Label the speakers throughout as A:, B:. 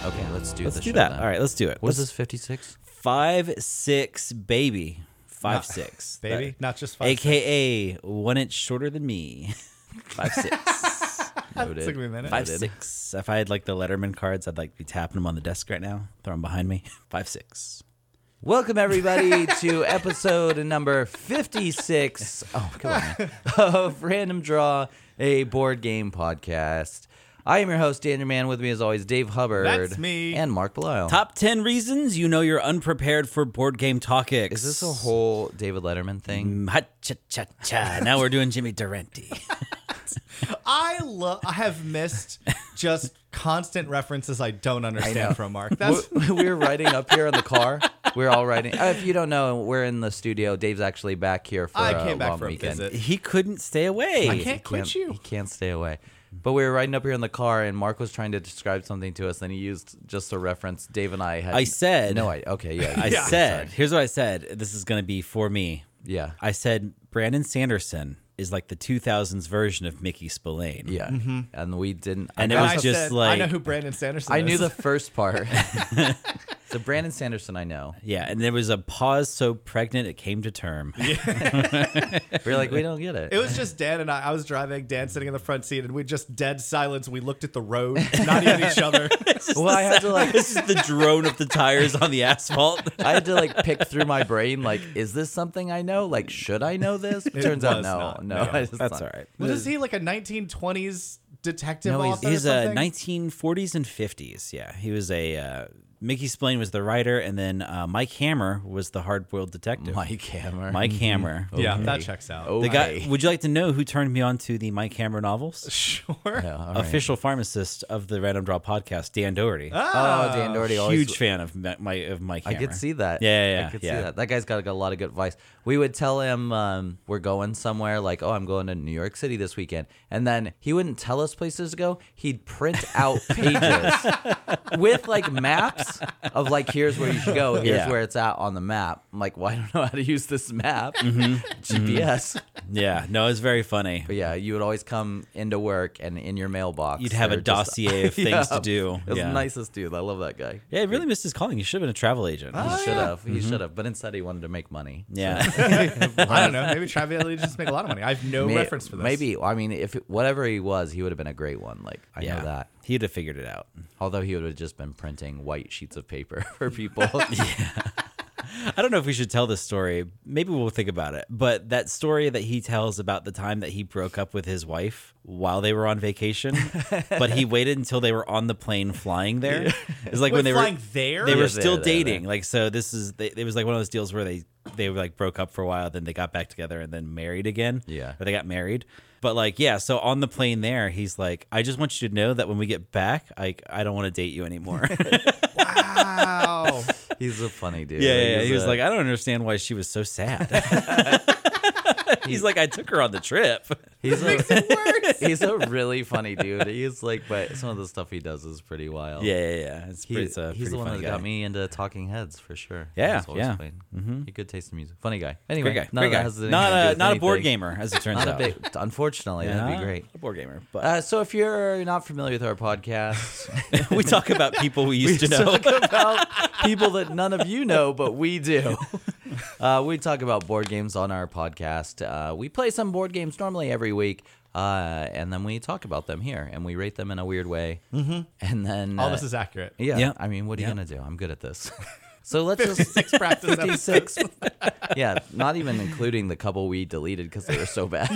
A: do
B: Let's
A: this
B: do
A: show
B: that.
A: then.
B: All right, let's do it.
A: What is
B: Let's-
A: this? Fifty six.
B: Five six baby. Five
C: Not-
B: six
C: baby,
B: That-
C: not just five.
B: AKA one inch shorter than me. five six.
C: It took me a minute.
B: Five
A: Noted.
B: six. If I had like the Letterman cards, I'd like be tapping them on the desk right now. Throw them behind me. Five six.
A: Welcome everybody to episode number fifty six. Oh come on, man. of Random Draw, a board game podcast. I am your host Daniel Mann. With me as always, Dave Hubbard.
C: That's me.
A: And Mark Belisle.
B: Top ten reasons you know you're unprepared for board game
A: Is
B: topics.
A: this a whole David Letterman thing?
B: Ha, cha, cha, cha. Now we're doing Jimmy Durante.
C: I love. I have missed just constant references I don't understand from Mark. That's
A: We- we were writing up here in the car. We are all writing. Uh, if you don't know, we're in the studio. Dave's actually back here for
C: I
A: a long
C: came back for a
A: weekend.
C: visit.
B: he couldn't stay away.
C: I can't quit you.
A: He can't stay away. But we were riding up here in the car, and Mark was trying to describe something to us, and he used just a reference. Dave and I had.
B: I said-
A: no. I okay. Yeah.
B: I
A: you did,
B: said,
A: sorry.
B: here's what I said. This is going to be for me.
A: Yeah.
B: I said Brandon Sanderson is like the 2000s version of Mickey Spillane.
A: yeah. And we didn't.
B: And it
A: I,
C: And
B: was
C: I
B: just
C: said, I
B: like-
C: know who Brandon Sanderson.
A: I knew
C: is.
A: the first part. so Brandon Sanderson, I know.
B: Yeah, and there was a pause so pregnant it came to term.
A: We're like, we don't get it.
C: It was just Dan and I. I was driving, Dan sitting in the front seat, and we just dead silence. We looked at the road, not even each other.
A: well, I had to like
B: this is the drone of the tires on the asphalt.
A: I had to like pick through my brain, like, is this something I know? Like, should I know this? turns out,
C: was
A: no,
C: not.
A: no,
C: No,
A: it's
B: That's
A: not.
B: all right.
C: What is he like a 1920s detective?
A: No, he's-
C: author or
B: He's a
C: something?
B: 1940s and 50s. Yeah, he was a uh, Mickey Spillane was the writer, and then uh, Mike Hammer was the hard-boiled detective.
A: Mike Hammer. Mm-hmm.
B: Mike Hammer.
C: Yeah, that checks out.
A: Oh,
B: The guy.
A: hey.
B: Would you like to know who turned me on to the Mike Hammer novels?
C: Sure.
A: Yeah, all right.
B: Official pharmacist of the Random Draw podcast, Dan Doherty.
A: Oh, Dan Doherty. always-
B: Ah, Huge fan of Mi- my of Mike.
A: I
B: Hammer.
A: could see that.
B: Yeah, yeah, yeah,
A: I could
B: yeah.
A: see that. That guy's got a lot of good advice. We would tell him um, we're going somewhere, like, oh, I'm going to New York City this weekend, and then he wouldn't tell us places to go. He'd print out pages with like maps of like, here's where you should go, here's
B: Yeah.
A: where it's at on the map. I'm like, well, I don't know how to use this map,
B: Mm-hmm.
A: GPS.
B: Yeah, no, it's very funny.
A: But yeah, you would always come into work and in your mailbox,
B: You'd have
A: there
B: a
A: were just-
B: dossier of things to do.
A: It was
B: yeah.
A: the nicest dude. I love that guy.
B: Yeah, he really missed his calling. He should have been a travel agent.
A: He
C: Oh,
A: should
C: yeah.
A: have. He
B: Mm-hmm.
A: should have. But instead, he wanted to make money.
B: yeah.
C: I don't know. Maybe Travel agents make a lot of money. I have no
A: May-
C: reference for this.
A: Maybe I mean, if it- whatever he was, he would have been a great one. Like I
B: yeah.
A: know that.
B: He'd have figured it out.
A: Although he would have just been printing white sheets of paper for people.
B: I don't know if we should tell this story. Maybe we'll think about it. But that story that he tells about the time that he broke up with his wife while they were on vacation, but he waited until they were on the plane flying there. It's like
C: Wait,
B: when they
C: flying
B: were
C: there.
B: they were
A: Yeah,
B: still
A: there, there, there.
B: dating. Like so, this is they, it was like one of those deals where they they were like broke up for a while, then they got back together and then married again.
A: Yeah.
B: or they got married. But like, yeah. So on the plane there, he's like, "I just want you to know that when we get back, like, I don't want to date you anymore." yeah,
C: wow.
A: He's a funny dude.
B: yeah, yeah. He was
A: a-
B: like, "I don't understand why she was so sad." he's like, "I took her on the trip."
A: he's a, he's a really funny dude. He's like, but some of the stuff he does is pretty wild.
B: Yeah, yeah, yeah. It's
A: He-
B: pretty, it's a
A: he's
B: pretty
A: the one
B: funny
A: that
B: guy.
A: got me into Talking Heads for sure.
B: Yeah,
A: He's always
B: yeah. Mm-hmm.
A: playing. He good taste in music. Funny guy. Anyway,
B: Great guy.
A: none of that
B: Great guy.
A: has anything
B: Not
A: to do
B: a
A: with
B: not a board
A: anything.
B: gamer, as it turns
A: Not a
B: out.
A: big. Unfortunately, that'd
B: Not
A: be great.
B: A board gamer, but
A: Uh, so if you're not familiar with our podcast,
B: we talk about people we used to know.
A: talk about people that none of you know, but we do. Uh, we talk about board games on our podcast. Uh, we play some board games normally every week, uh, and then we talk about them here, and we rate them in a weird way. Mm-hmm. And then
C: All
A: uh,
C: this is accurate.
A: yeah.
B: Yep.
A: I mean, what are you gonna do? I'm good at this. So let's just
C: Six practice episodes.
A: 56. yeah, not even including the couple we deleted because they were so bad.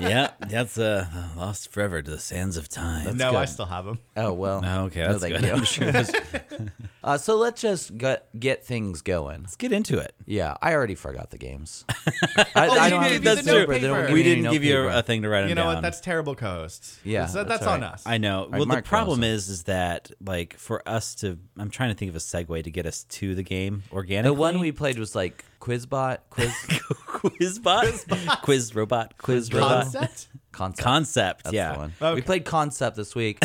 B: yeah, that's uh, lost forever to the sands of time.
C: No, I
A: good.
C: still have them.
A: Oh well.
B: okay,
A: No,
B: that's
A: thank
B: good.
A: you.
B: I'm sure let's
A: Uh, so let's just get, get things going.
B: get into it.
A: Yeah, I already forgot the games.
B: Oh,
A: I,
C: you
A: don't
C: didn't
A: have
C: give me the
A: the
C: note
A: paper. They don't
C: paper.
A: give
C: I
B: we
A: me any
B: didn't
A: note
B: give you
A: paper.
B: a, a thing to write 'em
C: You know what?
B: down.
C: That's terrible co-hosts.
A: Yeah,
C: So that's,
A: that's all
C: on
A: right.
C: us.
B: I know.
A: right,
B: well,
A: Mark
B: the problem
A: knows
B: is, is that like for us to, I'm trying to think of a segue to get us to the game organically.
A: The one we played was like Quizbot, Quiz
B: Quizbot, Quiz Robot, Quiz Robot, Concept.
C: Concept.
A: Concept.
B: Concept,
A: That's
B: yeah. Oh,
A: the one. We
C: Okay.
A: played Concept this week.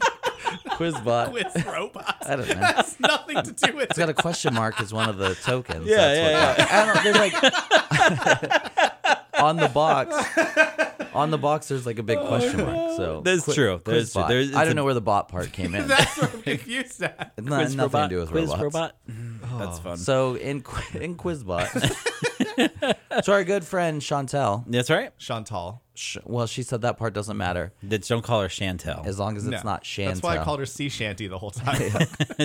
A: Quizbot.
C: With robots.
A: I don't know.
C: That's nothing to do with
A: It's got a question mark as one of the tokens.
B: Yeah,
A: That's what I don't. There's like on the box. on the box, there's like a big question mark. So
B: Oh, That's
A: qui-
B: true. That
A: quiz
B: is true.
A: bot.
B: There is-
A: I
B: it's
A: don't
B: a-
A: know where the bot part came in.
C: That's what I'm confused at.
A: It's not,
B: Quiz
A: nothing
B: robot,
A: to do with
B: quiz
A: robots.
B: robot. Mm, That's
A: Oh.
B: fun.
A: So in Qu- in Quizbot, so our good friend Chantel,
B: That's right.
C: Chantal.
A: sh- well, she said that part doesn't matter
B: That's, don't call her Chantel.
A: as long as it's
C: No.
A: not Chantel.
C: That's why I called her Sea Shanty the whole time.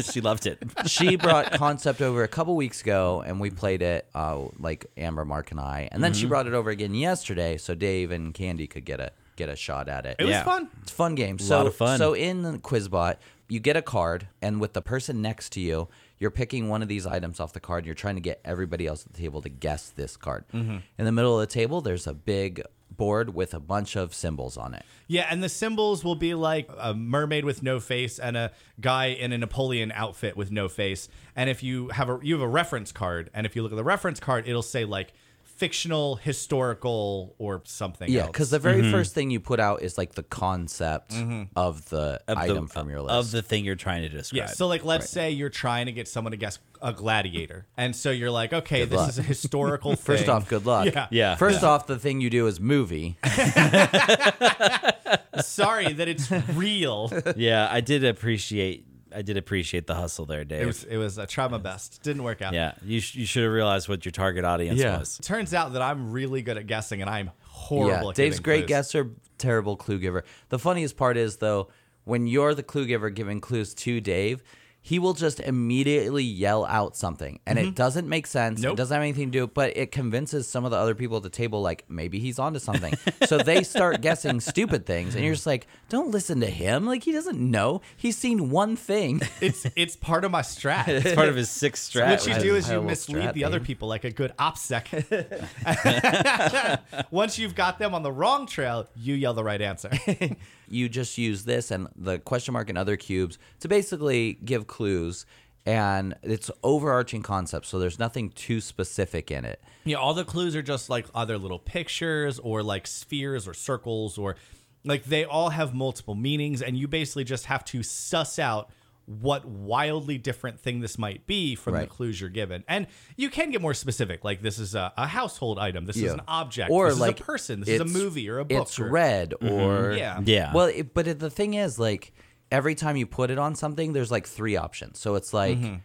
B: she loved it.
A: she brought concept over a couple weeks ago and we played it uh, like amber mark and i and then
C: Mm-hmm.
A: she brought it over again yesterday so dave and candy could get a get a shot at it
C: It was
B: Yeah.
C: fun.
A: it's a fun game so
B: Lot of fun.
A: so in the quizbot you get a card and with the person next to you you're picking one of these items off the card and you're trying to get everybody else at the table to guess this card
C: Mm-hmm.
A: in the middle of the table there's a big board with a bunch of symbols on it
C: Yeah, and the symbols will be like a mermaid with no face and a guy in a Napoleon outfit with no face. And if you have a you have a reference card, and if you look at the reference card, it'll say like fictional, historical, or something.
A: yeah
C: because
A: because the
B: Mm-hmm.
A: very first thing you put out is like the concept
C: Mm-hmm.
A: of the item from your list
B: Of the thing you're trying to describe.
C: yeah. So like, let's say you're trying to get someone to guess a gladiator, and so you're like, okay, this
A: luck.
C: is a historical.
A: First
C: thing.
A: off, good luck.
C: Yeah.
B: Yeah.
A: First off, the thing you do is movie.
C: Sorry that it's real.
B: yeah, I did appreciate. I did appreciate the hustle there, Dave.
C: It was it was a trauma best. Didn't work out.
B: yeah, you sh- you should have realized what your target audience
A: Yeah.
B: was.
C: Turns out that I'm really good at guessing, and I'm horrible.
A: yeah.
C: at
A: Dave's
C: giving
A: great
C: clues.
A: guesser, terrible clue giver. The funniest part is though, when you're the clue giver giving clues to Dave, he will just immediately yell out something and it doesn't make sense. It
C: Mm-hmm. Nope.
A: doesn't have anything to do, but it convinces some of the other people at the table like maybe he's onto something. so they start guessing stupid things and you're just like, "Don't listen to him. Like he doesn't know. He's seen one thing."
C: It's it's part of my strat.
B: It's part of his sixth strat.
C: What you
A: I-
C: do is
A: I
C: you
A: will
C: mislead
A: strat,
C: the other
A: babe.
C: people like a good opsec. Once you've got them on the wrong trail, you yell the right answer.
A: you just use this and the question mark and other cubes to basically give clues and it's overarching concept so there's nothing too specific in it
C: yeah, all the clues are just like other little pictures or like spheres or circles or like they all have multiple meanings, and you basically just have to suss out what wildly different thing this might be from
A: Right.
C: the clues you're given. And you can get more specific, like this is a, a household item, this is
A: Yeah.
C: an object,
A: or
C: this
A: like
C: is a person, this is a
A: it's-
C: movie or a book.
A: it's
C: or- Mm-hmm.
A: red or
C: Yeah.
B: Yeah.
A: well it, but it, the thing is like every time you put it on something there's like three options so it's like
C: Mm-hmm.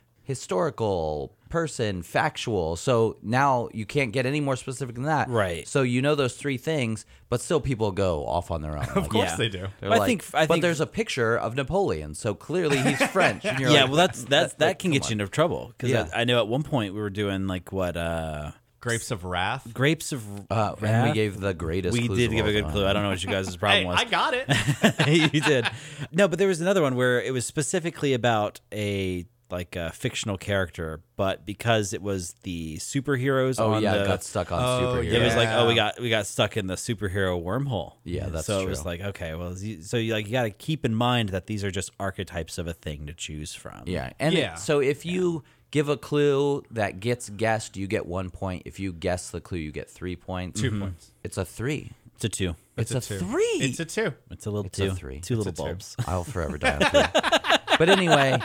A: historical person factual so now you can't get any more specific than that
B: Right.
A: so you know those three things but still people go off on their own
C: Of course they do.
A: They're
B: But I
A: like,
B: think. I
A: but
B: think.
A: there's a picture of Napoleon, so clearly he's French. And you're
B: yeah.
A: like,
B: Well, that's that's that can get
A: come
B: you into trouble because
A: Yeah.
B: I, I know at one point we were doing like what uh
C: Grapes of Wrath.
B: grapes of
A: uh, and we gave the greatest.
B: we
A: clues
B: did
A: of
B: give
A: all
B: a good
A: time.
B: clue. I don't know what you guys' problem
C: Hey,
B: was.
C: I got it.
B: you did. No, but there was another one where it was specifically about a like a fictional character, but because it was the superheroes
A: Oh
B: on
A: yeah,
B: the
A: got stuck on
C: Oh,
A: superheroes.
C: yeah.
B: it was like, oh, we got we got stuck in the superhero wormhole.
A: Yeah, that's
B: so it was
A: true.
B: like, okay, well, you- so you like you got to keep in mind that these are just archetypes of a thing to choose from.
A: Yeah, and
C: Yeah.
A: It, so if you give a clue that gets guessed, you get one point. If you guess the clue, you get three points.
C: 2 points.
A: It's a three.
B: it's a two.
A: It's, a,
C: two.
A: three.
C: It's a two.
B: It's a little
A: a
B: two,
A: three.
B: two little
C: two.
B: bulbs.
A: I'll forever die. on three. but anyway,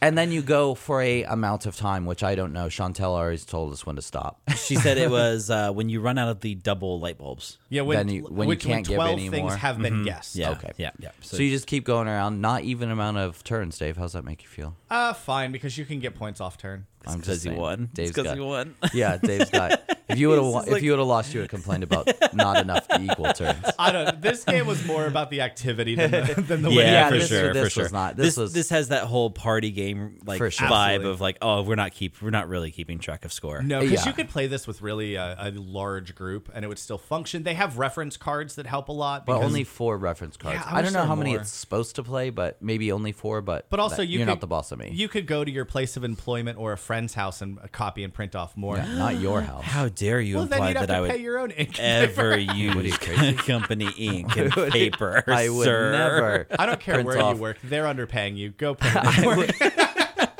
A: and then you go for a amount of time, which I don't know. Chantel always told us when to stop.
B: She said it was uh, when you run out of the double light bulbs.
C: Yeah, when,
A: Then you- when you
C: which-
A: can't give
C: 12
A: any
C: things
A: more.
C: have been guessed.
B: Yeah,
A: Okay.
B: yeah, yeah. So,
A: so you just keep going around. Not even amount of turns, Dave. How's that make you feel?
C: Uh, fine, because you can get points off turn.
A: I'm
B: because
A: just
B: he
A: saying.
B: won.
A: Dave's
B: because
A: got-
B: he won.
A: Yeah, Dave's got. If you would have
B: like-
A: if you would have lost, you would have complained about not enough equal turns.
C: I don't. This game was more about the activity than the, than the
B: yeah,
C: way.
A: Yeah,
B: for
A: this-
B: sure.
A: this
B: for sure.
A: was not-
B: This
A: this was-
B: this, has that whole party game like
A: For sure.
B: vibe
C: Absolutely.
B: of like, oh, we're not keep we're not really keeping track of score.
C: No, because
A: Yeah.
C: you could play this with really a, a large group, and it would still function. They have reference cards that help a lot.
A: But
C: because-
A: only four reference cards.
C: Yeah, I
A: I,
C: wish
A: don't know
C: there
A: how
C: were
A: many
C: more.
A: it's supposed to play, but maybe only four. But
C: But also,
A: that-
C: you
A: you're
C: could-
A: not the boss of me.
C: you could go to your place of employment or a friend's house and copy and print off more.
A: Yeah, not your house.
B: How dare you
C: Well, then
B: imply
C: you'd have
B: that
C: to
B: I
C: pay
B: would
C: your own income.
B: ever use company ink and paper,
A: I would
B: sir?
A: never.
C: I don't care
A: print
C: where
A: off-
C: you work; they're underpaying you. Go print. it.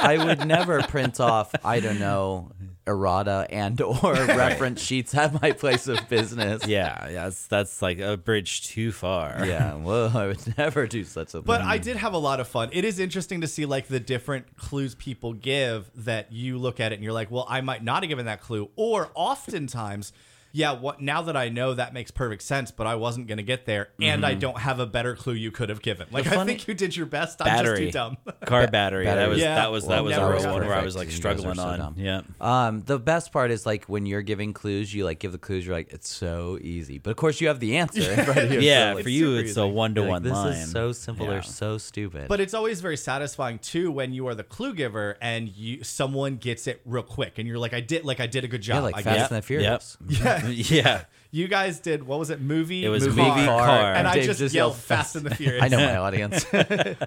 A: I would never print off. I don't know errata and or reference sheets at my place of business.
B: Yeah, yeah, that's that's like a bridge too far.
A: Yeah. Whoa. I would never do such a thing.
C: But I did have a lot of fun. It is interesting to see like the different clues people give that you look at it and you're like, well, I might not have given that clue. Or oftentimes yeah, what now that I know that makes perfect sense, but I wasn't going to get there and I don't have a better clue you could have given. Like I
A: funny-
C: think you did your best. I'm just
B: battery,
C: too dumb.
B: car battery. That
A: battery.
B: was
C: Yeah.
B: that was that
C: Well,
B: was
C: never
B: our
C: got
B: one
C: it
B: where I
A: fixed.
B: was like
A: You guys are
B: struggling
A: so
B: on.
A: dumb.
B: Yeah,
A: Um, the best part is like when you're giving clues, you like give the clues. You're like, it's so easy, but of course you have the answer in front of you.
B: yeah.
A: so, like,
B: for you,
C: super
B: it's a
C: easy.
B: one to
A: you're
B: one
A: like, this
B: line.
A: is so simple.
B: Yeah.
A: They're so stupid.
C: But it's always very satisfying too when you are the clue giver and you someone gets it real quick and you're like I did like I did a good job.
A: yeah, like
C: I
A: Fast
C: got
B: Yep,
A: and the Furious.
B: Yep. Yeah, yeah.
C: it. you guys did what was it movie
B: It was
C: movie,
B: movie,
C: car,
B: car.
C: and I
A: Dave
C: just,
A: just
C: yelled
A: yelled
C: Fast and the Furious.
A: I know my audience.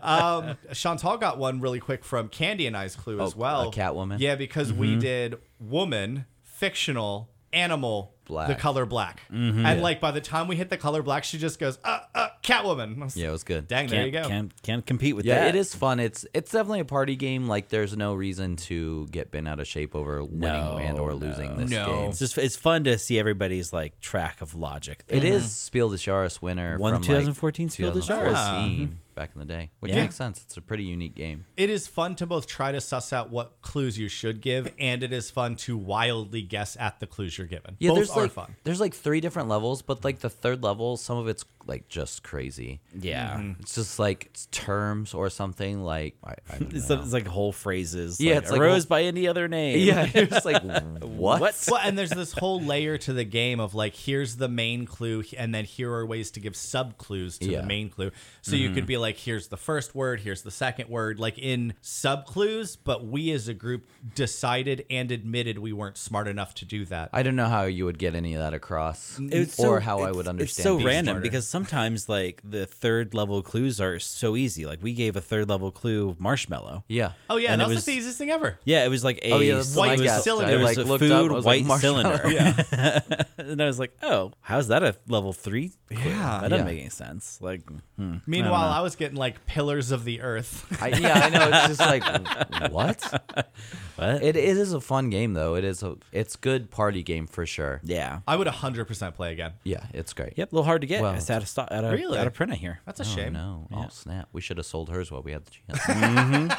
C: Um, Chantal got one really quick from Candy and I's clue as
A: Oh,
C: well.
A: uh, Catwoman? Mm-hmm.
C: Yeah, because we did woman, fictional, animal,
A: Black. Mm-hmm.
C: the color black. And like by the time we hit the color black, she just goes, uh, uh, Catwoman. I was
A: yeah, it
C: like,
A: was good.
C: Dang, there you
B: Can't,
C: go.
B: can't can't compete with
A: Yeah,
B: that.
A: it is fun. It's it's definitely a party game. Like there's no reason to get bent out of shape over winning
B: No,
A: and or losing this
C: no.
A: game.
B: It's just it's fun to see everybody's like track of logic.
A: It is Spiel des Jahres winner
B: Won
A: from
B: 2014
A: like,
B: Spiel des Jahres.
A: 2014, back in the day, which
B: Yeah.
A: makes sense. It's a pretty unique game.
C: It is fun to both try to suss out what clues you should give, and it is fun to wildly guess at the clues you're given.
A: Yeah,
C: Both
A: there's
C: are
A: like
C: fun.
A: there's like three different levels, but like the third level, some of it's like just crazy.
B: Yeah.
A: It's just like it's terms or something like I, I don't
B: It's,
A: know.
B: it's like whole phrases.
A: Yeah,
B: like,
A: it's like
B: arose
A: whole-
B: by any other name.
A: yeah, you're just like what?
B: What?
C: well, and there's this whole layer to the game of like, here's the main clue, and then here are ways to give sub clues to
A: Yeah. Mm-hmm.
C: the main clue. So you could be like, here's the first word, here's the second word, like in sub clues. But we as a group decided and admitted we weren't smart enough to do that.
A: I don't know how you would get any of that across,
B: It's so-
A: or how I
B: it's-
A: would understand.
B: It's so
A: being
B: random
A: smarter.
B: because sometimes like the third level clues are so easy. Like we gave a third level clue marshmallow.
A: yeah.
C: oh yeah,
B: And
C: that
B: it
C: was,
B: was-
C: like the easiest thing ever.
B: Yeah, it was like a
A: Oh, yeah, that's
C: what I
B: it was
C: guessed.
B: It
C: I,
B: was
A: like,
B: a
A: looked
B: food
A: up, I was like,
B: white
A: marshmallow.
B: cylinder. and I was like, oh, how's that a level three? clue? that doesn't
A: Yeah.
B: make any sense. Like, hmm.
C: Meanwhile, I, was getting like pillars of the earth.
A: I, yeah, I know. It's just like what?
B: What?
A: It, it is a fun game though. It is a it's good party game for sure.
B: yeah.
C: I would 100% play again.
A: Yeah, it's great.
B: Yep, a little hard to get.
A: Well,
B: it's out of stock. Out of,
C: Really?
B: out of print out here.
C: That's a
A: Oh,
C: shame.
A: no! Oh snap! We should have sold hers while we had the chance.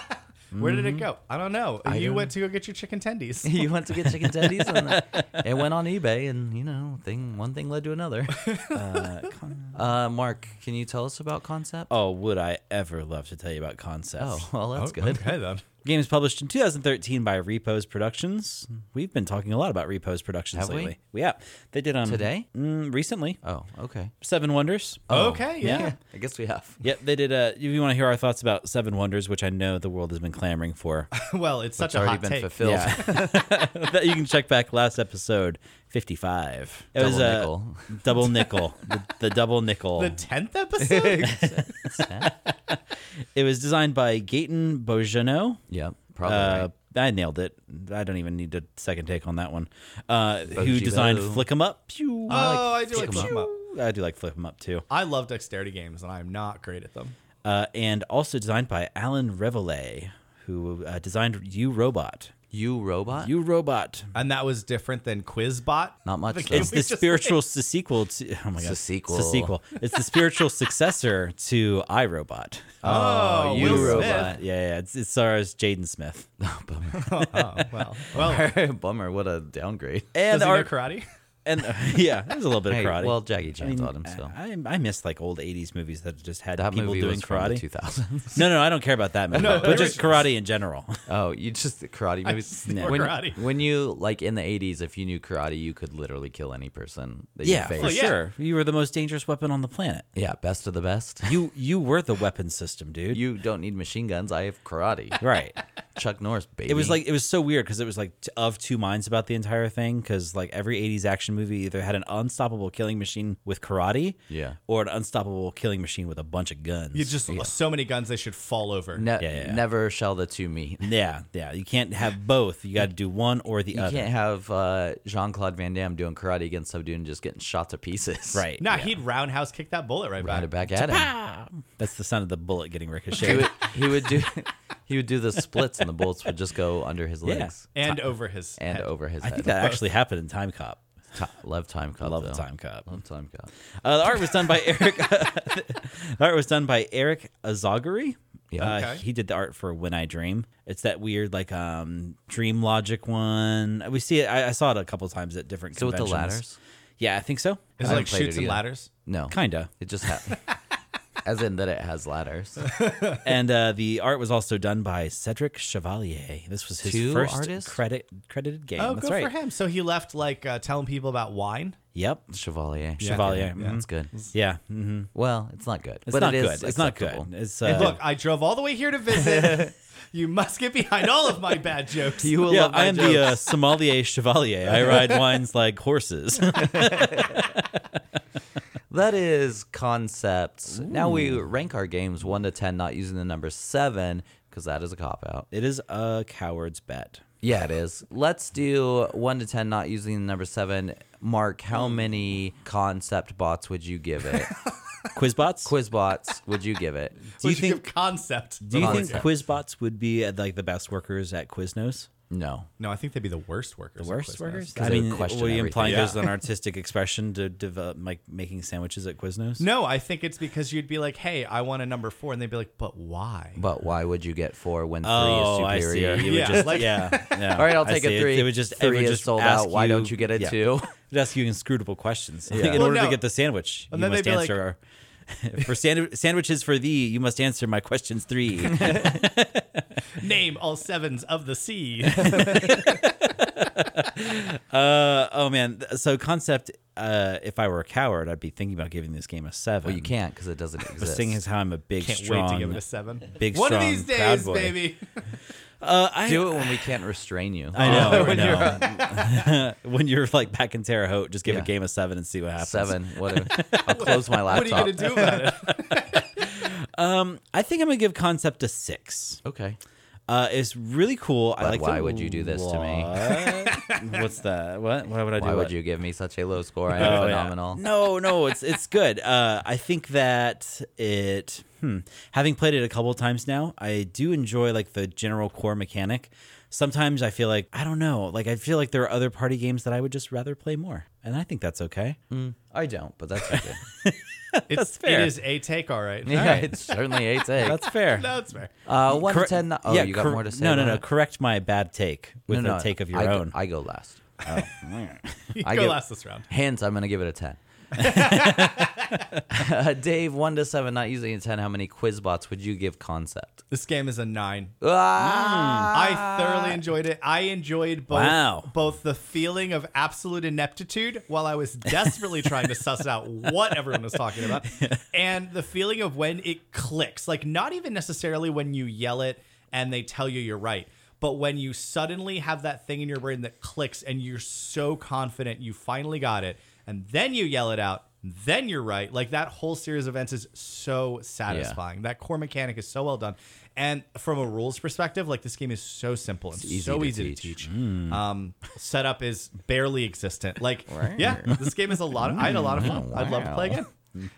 C: Where did it go? I don't know. you
A: Mm-hmm. don't-
C: went to go get your chicken tendies.
A: you went to get chicken tendies, and it went on eBay, and you know, thing one thing led to another. Uh, Mark, can you tell us about Concept?
B: Oh, would I ever love to tell you about Concept?
A: Oh, well, that's
C: Oh,
A: good.
C: Okay then.
B: Game is published in 2013 by Repos Productions. We've been talking a lot about Repos Productions
A: Have we?
B: lately. Yeah, they did um
A: Today?
B: mm, recently.
A: Oh, okay.
B: Seven Wonders.
C: okay,
B: yeah.
C: yeah.
A: I guess we have.
B: Yep, they did. Uh, if you want to hear our thoughts about Seven Wonders, which I know the world has been clamoring for,
C: Well, it's
A: It's
C: such a
A: already
C: hot
A: been
C: take.
A: fulfilled.
B: that you can check back last episode 55. It was
A: Double
B: uh,
A: nickel.
B: double nickel, the, the double nickel.
C: The tenth episode.
B: it was designed by Gaten Beaugenot.
A: Yep, probably.
B: Uh,
A: right.
B: I nailed it. I don't even need a second take on that one. Uh, who
A: Bojibo.
B: designed Flick 'em Up? Pew.
C: oh, I do like
A: Pick 'em
C: them up.
B: I do like Flip 'em Up too.
C: I love dexterity games, and I'm not great at them.
B: Uh, and also designed by Alan Revele, who uh, designed You Robot.
A: you robot?
B: You Robot.
C: And that was different than Quizbot.
A: Not much,
C: The
A: though.
C: game
B: It's
C: we
B: the
C: just
B: spiritual s- sequel to. Oh my god!
A: a sequel.
B: It's a sequel. It's the spiritual successor to iRobot.
C: played. Oh,
A: Oh,
C: you Will
A: you
C: Smith.
B: Uh, yeah, yeah. It's, it stars Jaden Smith.
C: Oh well, well.
A: Bummer. What a downgrade.
B: And
C: Does he know
B: art-
C: karate?
B: and yeah, there's a little bit of
A: Hey,
B: karate.
A: well, Jackie Chan
B: I mean,
A: taught him, so.
B: I, I miss like old '80s movies that just had
A: That
B: people
A: movie
B: doing
A: was from
B: karate.
A: the 2000s.
B: No, no, I don't care about that movie.
C: No,
B: but
C: there
B: just
C: is-
B: karate in general.
A: Oh, you just the karate movies.
C: just- or
A: When,
C: karate.
A: when you like in the 80s, if you knew karate, you could literally kill any person that you
B: for
A: faced.
C: yeah.
B: sure. You were the most dangerous weapon on the planet.
A: Yeah, best of the best.
B: You you were the weapon system, dude.
A: You don't need machine guns. I have karate.
B: right.
A: Chuck Norris, baby.
B: It was like it was so weird because it was like t- of two minds about the entire thing because like every '80s action movie either had an unstoppable killing machine with karate,
A: Yeah.
B: or an unstoppable killing machine with a bunch of guns.
C: You just so many guns they should fall over.
A: Ne-
B: yeah, yeah.
A: never shall the two meet. You
B: yeah, yeah. You can't have both. You got to do one or the other.
A: can't have uh, Jean Claude Van Damme doing karate against some dude and just getting shot to pieces.
B: Right.
C: Nah,
B: yeah.
C: he'd roundhouse kick that bullet right
A: Right
C: back.
A: back at him.
B: That's the sound of the bullet getting
A: He
B: ricocheted.
A: would, he would do. He would do the splits, and the bullets would just go under his legs
C: And over his
A: and
C: head.
A: over his
B: I
A: head.
B: think that actually happened in Time Cop.
A: Ti- love time cop.
B: Love
A: though.
B: Time Cop.
A: Love time cop.
B: Uh, the art was done by Eric. the art was done by Eric Azagari
A: Yeah.
B: Uh,
C: Okay.
B: he did the art for When I Dream. It's that weird like um dream logic one. We see it. I, I saw it a couple times at different.
A: So with the
B: conventions.
A: ladders?
B: Yeah, I think so.
C: Is
A: I
C: it like
A: haven't played
C: shoots
A: it
C: and
A: either.
C: ladders?
A: No.
B: Kinda.
A: It just happened. As in that it has ladders.
B: and uh, the art was also done by Cedric Chevalier. This was his
A: Two
B: first
A: artists?
B: credit credited game.
C: Oh,
B: That's
C: good
B: right.
C: for him. So he left like uh, telling people about wine.
B: Yep.
A: Chevalier.
B: Chevalier.
A: Yeah, it's
B: Mhm.
A: good.
B: Yeah. hmm
A: Well, it's not good.
B: It's
A: but
B: not
A: it
B: good.
A: is
B: It's not good.
A: acceptable.
B: It's uh,
C: And look, I drove all the way here to visit. you must get behind all of my bad jokes.
A: You will
B: yeah,
A: love my
B: I am
A: jokes.
B: the uh, sommelier chevalier. I ride wines like horses.
A: That is concepts. Now we rank our games one to ten, not using the number seven because that is a cop out.
B: it is a coward's bet.
A: Yeah, it is. Let's do one to ten, not using the number seven. Mark, how many concept bots would you give it?
B: Quizbots.
A: Quiz bots would you give it?
C: do
B: you
C: you
B: think-
C: think concept?
B: Do you
A: Oh,
B: think
A: yeah.
B: Quizbots would be uh, like the best workers at Quiznos?
A: No.
C: no, I think they'd be the worst workers. at Quiznos.
B: I
A: they
B: mean,
A: would question
B: were you
A: everything.
B: implying
C: Yeah.
B: there's an artistic expression to develop, like making sandwiches at Quiznos?
C: No, I think it's because you'd be like, "Hey, I want a number four. and they'd be like, "But why?"
A: But why would you get four when three
B: Oh, I
A: is
B: see.
A: superior?
B: It would
C: Yeah,
B: just-
C: like-
B: yeah, yeah.
A: All right, I'll
B: I
A: take
B: see.
A: a
B: It-
A: three.
B: It would just, it
A: three
B: would
A: is
B: just
A: sold
B: ask
A: out. Why don't you get a
B: yeah.
A: two?
B: It'd ask you inscrutable questions. Like, in
C: Well,
B: order to
C: no.
B: get the sandwich,
C: And
B: you
C: then
B: must
C: they'd be like-
B: answer. for sand- sandwiches for thee, you must answer my questions three.
C: Name all sevens of the sea.
B: uh, oh man, Th- so concept. Uh, if I were a coward, I'd be thinking about giving this game a seven.
A: Well, you can't because it doesn't exist.
B: Seeing as how I'm a big,
C: Can't
B: strong,
C: wait to give it a seven.
B: big,
C: One of
B: strong
C: these
B: proud
C: days,
B: boy.
C: baby.
B: Uh, I,
A: do it when we can't restrain you.
B: I know.
C: when
B: I know. when you're like back in Terre Haute, just give
A: Yeah.
B: a game of seven and see what happens.
A: Seven. Whatever. I'll close my
C: What are
A: laptop.
C: you gonna do about it?
B: I think I'm gonna give concept a six.
A: Okay.
B: Uh, it's really cool. I
A: But
B: like.
A: why would you do this to me?
B: me? What's that? What? Why would I do?
A: Why
B: what?
A: would you give me such a low score? I
B: Oh,
A: am
B: yeah.
A: phenomenal.
B: No, no, it's it's good. Uh, I think that it. Hmm, having played it a couple times now, I do enjoy like the general core mechanic. Sometimes I feel like I don't know. Like I feel like there are other party games that I would just rather play more, and I think that's okay.
A: Mm, I don't, but that's okay.
C: It's
B: fair.
C: it is a take, all right.
A: yeah, it's certainly a take.
B: That's fair.
C: That's fair.
A: uh, one
B: Correct-
A: to ten. Oh, you got
B: cor-
A: more to say?
B: No, no,
A: about
B: no.
A: it?
B: Correct my bad take with
A: No,
B: a
A: no,
B: take of your
A: I go-
B: own.
A: I go last.
C: You
A: I
C: go
A: give-
C: last this round.
A: Hence, I'm going to give it a ten. uh, Dave, one to seven. Not using a ten. How many quiz bots would you give concept?
C: This game is a nine.
B: Hmm.
A: Ah!
C: I thoroughly enjoyed it. I enjoyed both
B: Wow.
C: both the feeling of absolute ineptitude while I was desperately trying to suss out what everyone was talking about and the feeling of when it clicks. Like not even necessarily when you yell it and they tell you you're right, but when you suddenly have that thing in your brain that clicks and you're so confident you finally got it and then you yell it out then you're right. Like that whole series of events is so satisfying. That core mechanic is so well done. And from a rules perspective, like this game is so simple and
A: easy
C: so
A: to
C: easy to
A: teach.
C: teach. Um, setup is barely existent. Like, yeah, this game is a lot. Of, I had a lot of fun. I'd love to play again.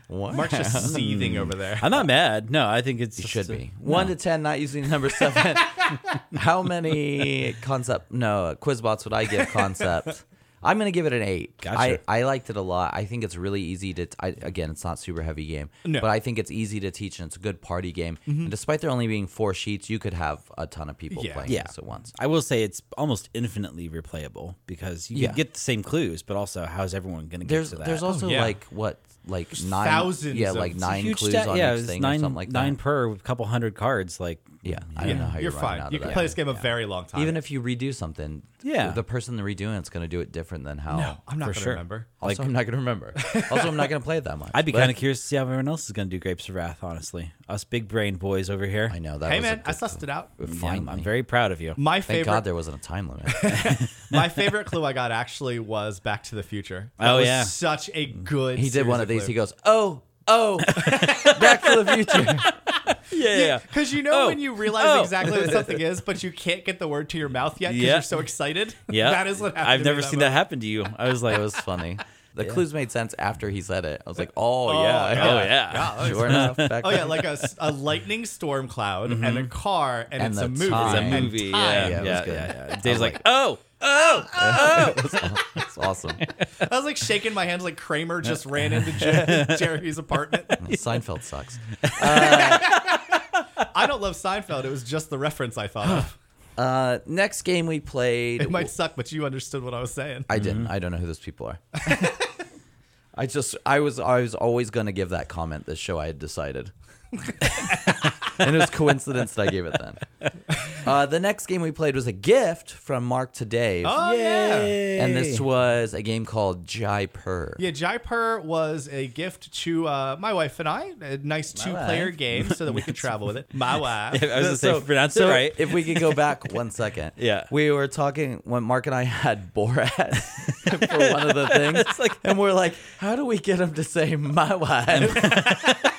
A: What?
C: Mark's just seething over there.
B: I'm not mad. No, I think it's
A: You
B: just
A: should
B: a-
A: be one to ten. Not using the number seven. how many concept? No, quiz bots would I give concept? I'm gonna give it an eight.
B: Gotcha.
A: I, I liked it a lot. I think it's really easy to. I, again, it's not super heavy game,
C: No.
A: but I think it's easy to teach and it's a good party game. And despite there only being four sheets, you could have a ton of people
C: Yeah.
A: playing
B: Yeah.
A: this at once.
B: I will say it's almost infinitely replayable because you
A: Yeah.
B: can get the same clues, but also how's everyone going to get
A: There's
B: to that? Oh,
A: there's also
C: yeah.
A: like what like nine
C: thousands
A: yeah
C: of-
A: like
C: It's a
A: nine
B: Huge
A: clues
B: stat-
A: on
B: yeah, it
A: each
B: was
A: thing
B: nine,
A: or something like
B: nine
A: that.
B: per with a couple hundred cards. Like,
A: yeah, I don't know how you're,
C: You're
A: running
C: fine.
A: Out
C: You
A: of
C: can
A: that.
C: play this game a very long time.
A: Even if you redo something,
B: Yeah.
A: the person that redoing it's going to do it different than how.
C: no, I'm not
B: for
C: gonna
B: sure.
C: remember.
A: Also, I'm not going to remember. also, I'm not going to play it that much.
B: I'd be
A: But-
B: kind of curious to see how everyone else is going to do Grapes of Wrath. Honestly, us big brain boys over here.
A: I know that.
C: hey
A: was a
C: man, I
A: good-
C: sussed it out.
B: Yeah, I'm-
A: Finally.
B: I'm very proud of you.
C: My
A: Thank God
C: favorite,
A: there wasn't a time limit.
C: my favorite clue I got actually was Back to the Future. That
B: Oh,
C: was
B: yeah.
C: such a good.
A: He did
C: series
A: one
C: of
A: of these.
C: clues.
A: He goes, "Oh, oh, Back to the Future."
B: yeah, yeah.
C: Because you know
B: Oh.
C: when you realize
B: Oh.
C: exactly what something is, but you can't get the word to your mouth yet because
B: Yeah.
C: you're so excited.
B: Yeah.
C: that is what happened.
B: I've
C: to me
B: never seen that happen to you. I was like,
A: It was funny. The clues made sense after he said it. I was like, "Oh, yeah,
B: oh
C: yeah.
B: yeah.
C: moment.
A: sure enough." Back
C: Oh yeah, like a, s- a lightning storm cloud and a car, and,
A: Mm-hmm. And
C: it's
A: the
C: a movie.
A: time.
B: It's a
C: and
B: movie.
C: time.
A: Yeah,
B: Yeah,
A: it was
B: yeah, yeah,
A: good.
B: yeah.
A: I
B: Dave's
A: was
B: like,
A: like-
B: oh, oh, oh.
A: it's awesome.
C: I was like shaking my hands like Kramer just ran into Jer- Jerry's apartment.
A: Seinfeld sucks.
C: I don't love Seinfeld. It was just the reference I thought of.
A: Uh, next game we played.
C: It might suck, but you understood what I was saying.
A: I didn't. I don't know who those people are. I just I was I was always gonna give that comment this show I had decided. and it was coincidence that I gave it then. Uh, the next game we played was a gift from Mark to Dave.
C: Oh yeah.
A: And this was a game called Jai Purr.
C: Yeah, Jaipur was a gift to uh, my wife and I. A nice two-player
A: wife.
C: game so that we could travel with it. My wife.
B: I was gonna say, pronounce it
A: so
B: right.
A: If we could go back one second.
B: Yeah.
A: We were talking when Mark and I had Borat for one of the things. and we're like, how do we get him to say my wife?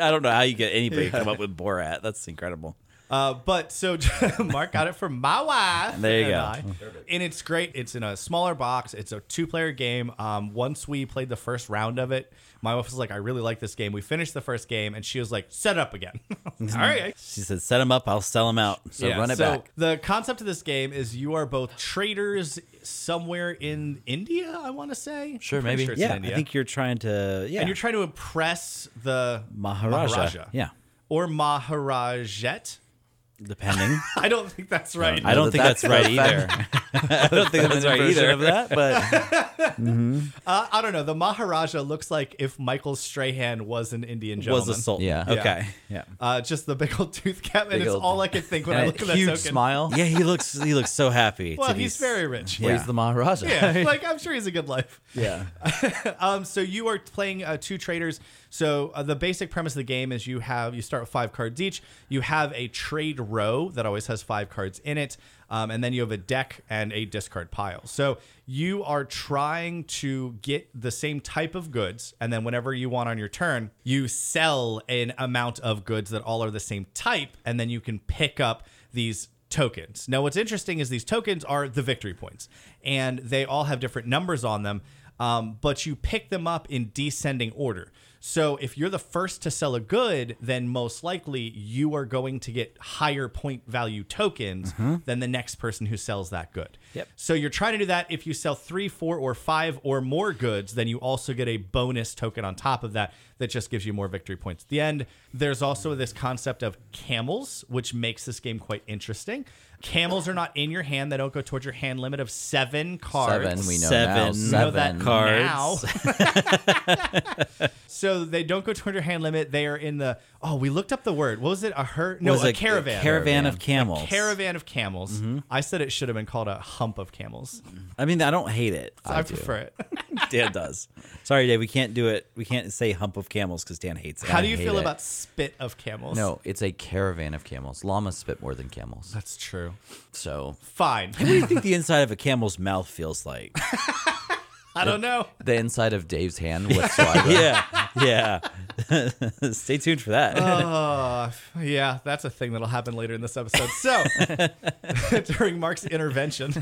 B: I don't know how you get anybody to come up with Borat. That's incredible.
C: Uh, but so Mark got it from my wife.
B: There you
C: and
B: go.
C: I. And it's great. It's in a smaller box. It's a two-player game. Um, once we played the first round of it, my wife was like, "I really like this game." We finished the first game, and she was like, "Set up again." All right.
B: She said, "Set him up. I'll sell him out."
A: So run it back.
C: The concept of this game is you are both traders somewhere in India. I want to say.
A: Sure,
C: I'm pretty
A: maybe.
C: it's in
B: yeah, I
C: India.
B: think you're trying to. Yeah,
C: and you're trying to impress the
B: Maharaja. Yeah,
C: or Maharajet.
B: depending.
C: I don't think that's right.
B: I
A: that
B: don't think that's,
A: that's
B: right
A: the
B: either. I don't think that's right
A: version
B: either.
A: of that, but
C: Uh, I don't know. The Maharaja looks like if Michael Strahan was an Indian
B: Was
C: gentleman.
B: a sultan.
A: Yeah.
B: Okay. Yeah.
C: Uh, just the big old tooth cap, and
A: Big
C: it's
A: old-
C: all I could think when I
A: and
C: look
A: a
C: at that
A: huge
C: token.
A: smile.
B: Yeah. He looks. He looks so happy.
C: Well,
B: to be
C: he's
B: s-
C: very rich.
A: Well, he's the Maharaja.
C: Yeah, like I'm sure he's a good life.
A: Yeah.
C: Um, so you are playing uh, two traders. So uh, the basic premise of the game is you have you start with five cards each. You have a trade row that always has five cards in it, um, and then you have a deck and a discard pile. So you are trying to get the same type of goods, and then whenever you want on your turn, you sell an amount of goods that all are the same type, and then you can pick up these tokens. Now, what's interesting is these tokens are the victory points, and they all have different numbers on them, um, but you pick them up in descending order. So, if you're the first to sell a good, then most likely you are going to get higher point value tokens than the next person who sells that good.
B: Yep.
C: So, you're trying to do that. If you sell three, four, or five or more goods, then you also get a bonus token on top of that that just gives you more victory points at the end. There's also this concept of camels, which makes this game quite interesting. Camels are not in your hand, they don't go towards your hand limit of seven cards.
A: Seven, we know now.
B: Seven.
A: Seven.
C: Know that
B: Cards.
C: now. so they don't go toward your hand limit. They are in the oh, we looked up the word. What was it? Mm-hmm. A herd? No,
B: was
C: a caravan.
B: Caravan of camels.
C: Caravan of camels. I said it should have been called a hump of camels.
B: I mean, I don't hate it.
C: I, prefer it.
B: Dan does. Sorry, Dave. We can't do it. We can't say hump of camels because Dan hates it.
C: How do you
A: hate
C: feel
A: it.
C: about spit of camels?
A: No, it's a caravan of camels. Llamas spit more than camels.
C: That's true.
A: So
C: Fine.
B: What do you think the inside of a camel's mouth feels like?
C: I don't know.
A: the inside of Dave's hand with saliva.
B: yeah. Yeah. Stay tuned for that.
A: Oh,
C: Uh, yeah, that's a thing that'll happen later in this episode. So, during Mark's intervention,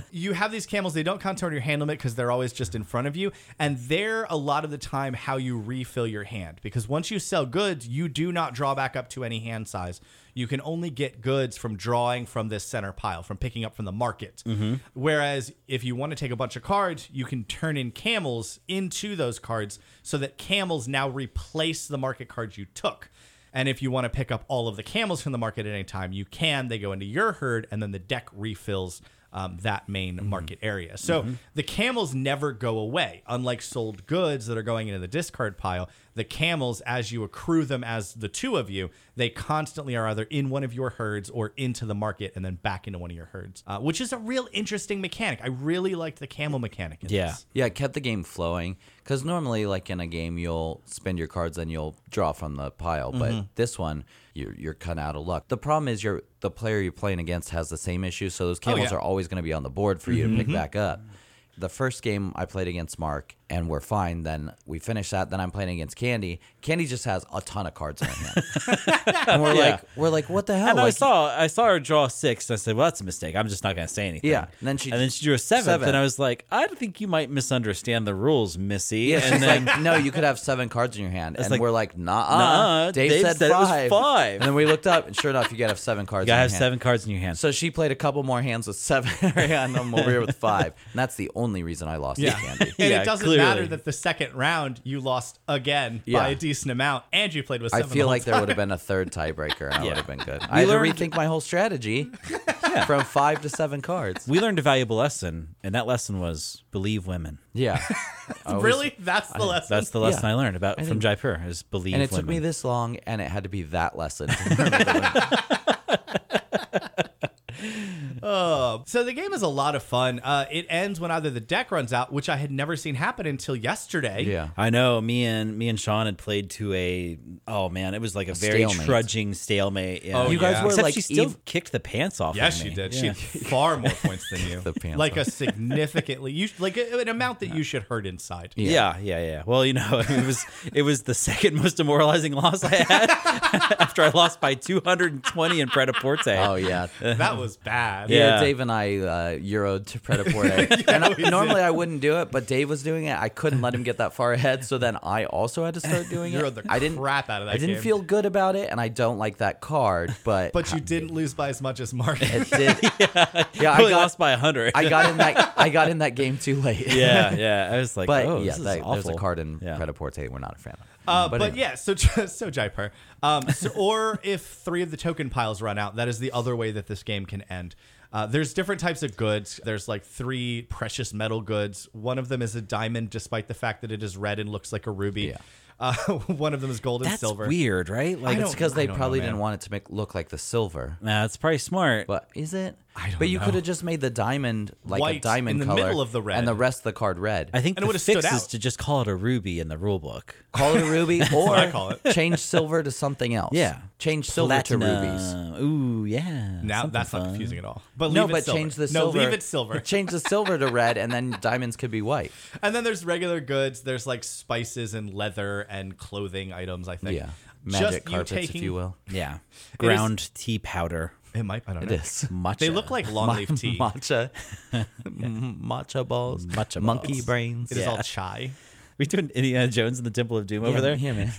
C: you have these camels. They don't contour your hand limit because they're always just in front of you. And they're a lot of the time how you refill your hand. Because once you sell goods, you do not draw back up to any hand size. You can only get goods from drawing from this center pile, from picking up from the market. Whereas if you want to take a bunch of cards, you can turn in camels into those cards so that camels now replace the market cards you took. And if you want to pick up all of the camels from the market at any time, you can. They go into your herd, and then the deck refills um, that main market area. So the camels never go away. Unlike sold goods that are going into the discard pile, the camels, as you accrue them as the two of you, they constantly are either in one of your herds or into the market and then back into one of your herds, uh, which is a real interesting mechanic. I really liked the camel mechanic. In
B: Yeah.
C: This.
A: Yeah, it kept the game flowing. Because normally, like in a game, you'll spend your cards and you'll draw from the pile.
B: Mm-hmm.
A: But this one, you're, you're kind of out of luck. The problem is, you're, the player you're playing against has the same issue. So those
B: Oh,
A: camels
C: yeah.
A: are always going to be on the board for you to
B: Mm-hmm.
A: pick back up. The first game I played against Mark and we're fine. Then we finish that. Then I'm playing against Candy. Candy just has a ton of cards in her hand. and we're like, we're like, what the hell?
B: and I
A: Like,
B: saw I saw her draw six. And I said, "Well, that's a mistake. I'm just not going to say anything."
A: Yeah, and then she-
B: and then she drew a seventh,
A: Seven.
B: and I was like, "I think you might misunderstand the rules, Missy."
A: Yeah,
B: and
A: she's like, no, you could have seven cards in your hand. And
B: like,
A: we're like, nah,
B: "Nuh-uh,
A: Dave,
B: Dave
A: said,
B: said it was
A: five.
B: five.
A: And then we looked up, and sure enough, you gotta have seven cards
B: you
A: in
B: gotta
A: your
B: have
A: hand.
B: seven cards in your hand.
A: So she played a couple more hands with seven in her hand. I'm over here with five. And that's the only reason I lost the candy.
C: and
B: Yeah,
C: it doesn't
B: clearly.
C: matter that the second round you lost again by
A: Yeah.
C: a decent amount, and you played with.
A: I
C: Seven
A: feel
C: the whole
A: like
C: time.
A: there would have been a third tiebreaker and I
B: Yeah.
A: would have been good. I had
B: learned-
A: to rethink my whole strategy from five to seven cards.
B: We learned a valuable lesson, and that lesson was believe women.
A: Yeah. I was-
C: really that's the lesson.
B: That's the lesson
A: Yeah.
B: I learned about from Jaipur is believe
A: And it
B: women.
A: took me this long and it had to be that lesson. to remember.
C: Um, So the game is a lot of fun. Uh, it ends when either the deck runs out, which I had never seen happen until yesterday.
A: yeah.
B: I know. Me and me and Sean had played to a oh man, it was like a very
A: Stalemate.
B: trudging stalemate. Yeah.
C: Oh, You guys yeah. were,
B: Except
A: like,
B: she still
A: ev-
B: kicked the pants off.
C: Yes,
B: of
C: she
B: me.
C: did. She
B: Yeah.
C: had far more points than you.
A: The pants
C: like
A: off.
C: a significantly, you, like a, an amount that you should hurt inside.
B: Yeah. yeah, yeah, Well, you know, it was it was the second most demoralizing loss I had after I lost by 220 in Pret-a-Porte.
A: Oh, yeah.
C: That was bad.
A: Yeah,
B: Yeah.
A: Dave and I uh, euroed to Predaporte. and I,
C: we did.
A: normally I wouldn't do it, but Dave was doing it. I couldn't let him get that far ahead, so then I also had to start doing
C: Euroed
A: it.
C: the
A: I didn't
C: crap out of that
A: I didn't
C: game.
A: feel good about it, and I don't like that card. But
C: But you didn't lose by as much as Mark.
A: it did. yeah,
B: I
A: I
B: only
A: got
B: lost by 100.
A: I got in that I got in that game too late.
B: yeah, yeah. I was like,
A: But
B: oh,
A: yeah,
B: this is
A: that- there's a
B: awful.
A: card in
B: Yeah.
A: yeah. we're not a fan of.
C: Uh, but
A: Mm, anyway.
C: yeah, so so Jaipur, um, so, or if three of the token piles run out, that is the other way that this game can end. Uh, there's different types of goods. There's like three precious metal goods. One of them is a diamond, despite the fact that it is red and looks like a ruby.
A: Yeah.
C: Uh, one of them is gold and
B: That's
C: silver.
B: weird, right? Like,
C: I
A: It's
C: don't-
A: because
C: I
A: they
C: don't know,
A: probably
C: man.
A: didn't want it to make look like the silver.
B: nah, it's probably smart.
A: But is it? I
C: don't
A: but you
C: know.
A: could have just made the diamond like
C: White
A: a diamond
C: in the
A: color
C: middle of the red.
A: and the rest of the card red.
B: I think
C: And it
B: the
C: would've stood
B: fix is
C: out.
B: to just call it a ruby in the rule book.
A: call it a ruby or
C: I call it.
A: change silver to something else.
B: Yeah.
A: Change silver to rubies.
B: Platinum. Ooh, yeah.
C: Now
B: something
C: that's not
B: fun.
C: confusing at all. But leave
A: no,
C: it
A: but
C: silver.
A: change the silver.
C: No, leave it silver.
A: change the silver to red, and then diamonds could be white.
C: And then there's regular goods. There's like spices and leather and clothing items. I think.
A: Yeah,
C: Just
A: magic
C: you
A: carpets, if
C: taking-
A: you will.
B: Yeah. Ground tea powder.
C: It might. I don't know.
A: This
B: Matcha.
C: They look like longleaf tea.
A: matcha, M- matcha balls,
B: Matcha
A: monkey
B: balls.
A: brains.
C: It is all chai.
B: We doing Indiana Jones and the Temple of Doom
A: Yeah,
B: over there?
A: yeah, man.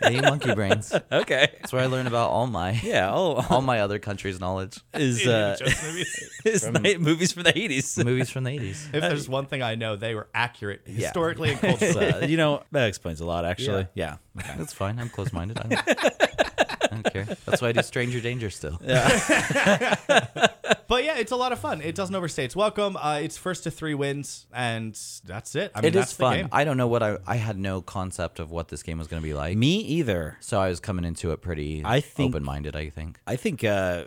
A: they eat monkey brains. That's
B: Okay.
A: where I learned about all my
B: Yeah. All
A: all my other countries' knowledge.
B: is uh,
C: Indiana Jones movies.
B: is night movies from the eighties.
A: Movies from the eighties.
C: If there's one thing I know, they were accurate historically and culturally.
B: Uh, you know that explains a lot, actually. Yeah.
A: That's fine. I'm close-minded. I don't, I don't care. That's why I do Stranger Danger still.
C: But yeah, it's a lot of fun. It doesn't overstay its welcome. Uh, it's first to three wins, and that's it. I mean,
A: It
C: that's
A: is
C: the
A: fun.
C: game.
A: I don't know what I I had no concept of what this game was going to be like.
B: Me either.
A: So I was coming into it pretty
B: I think-
A: open-minded, I think.
B: I think uh,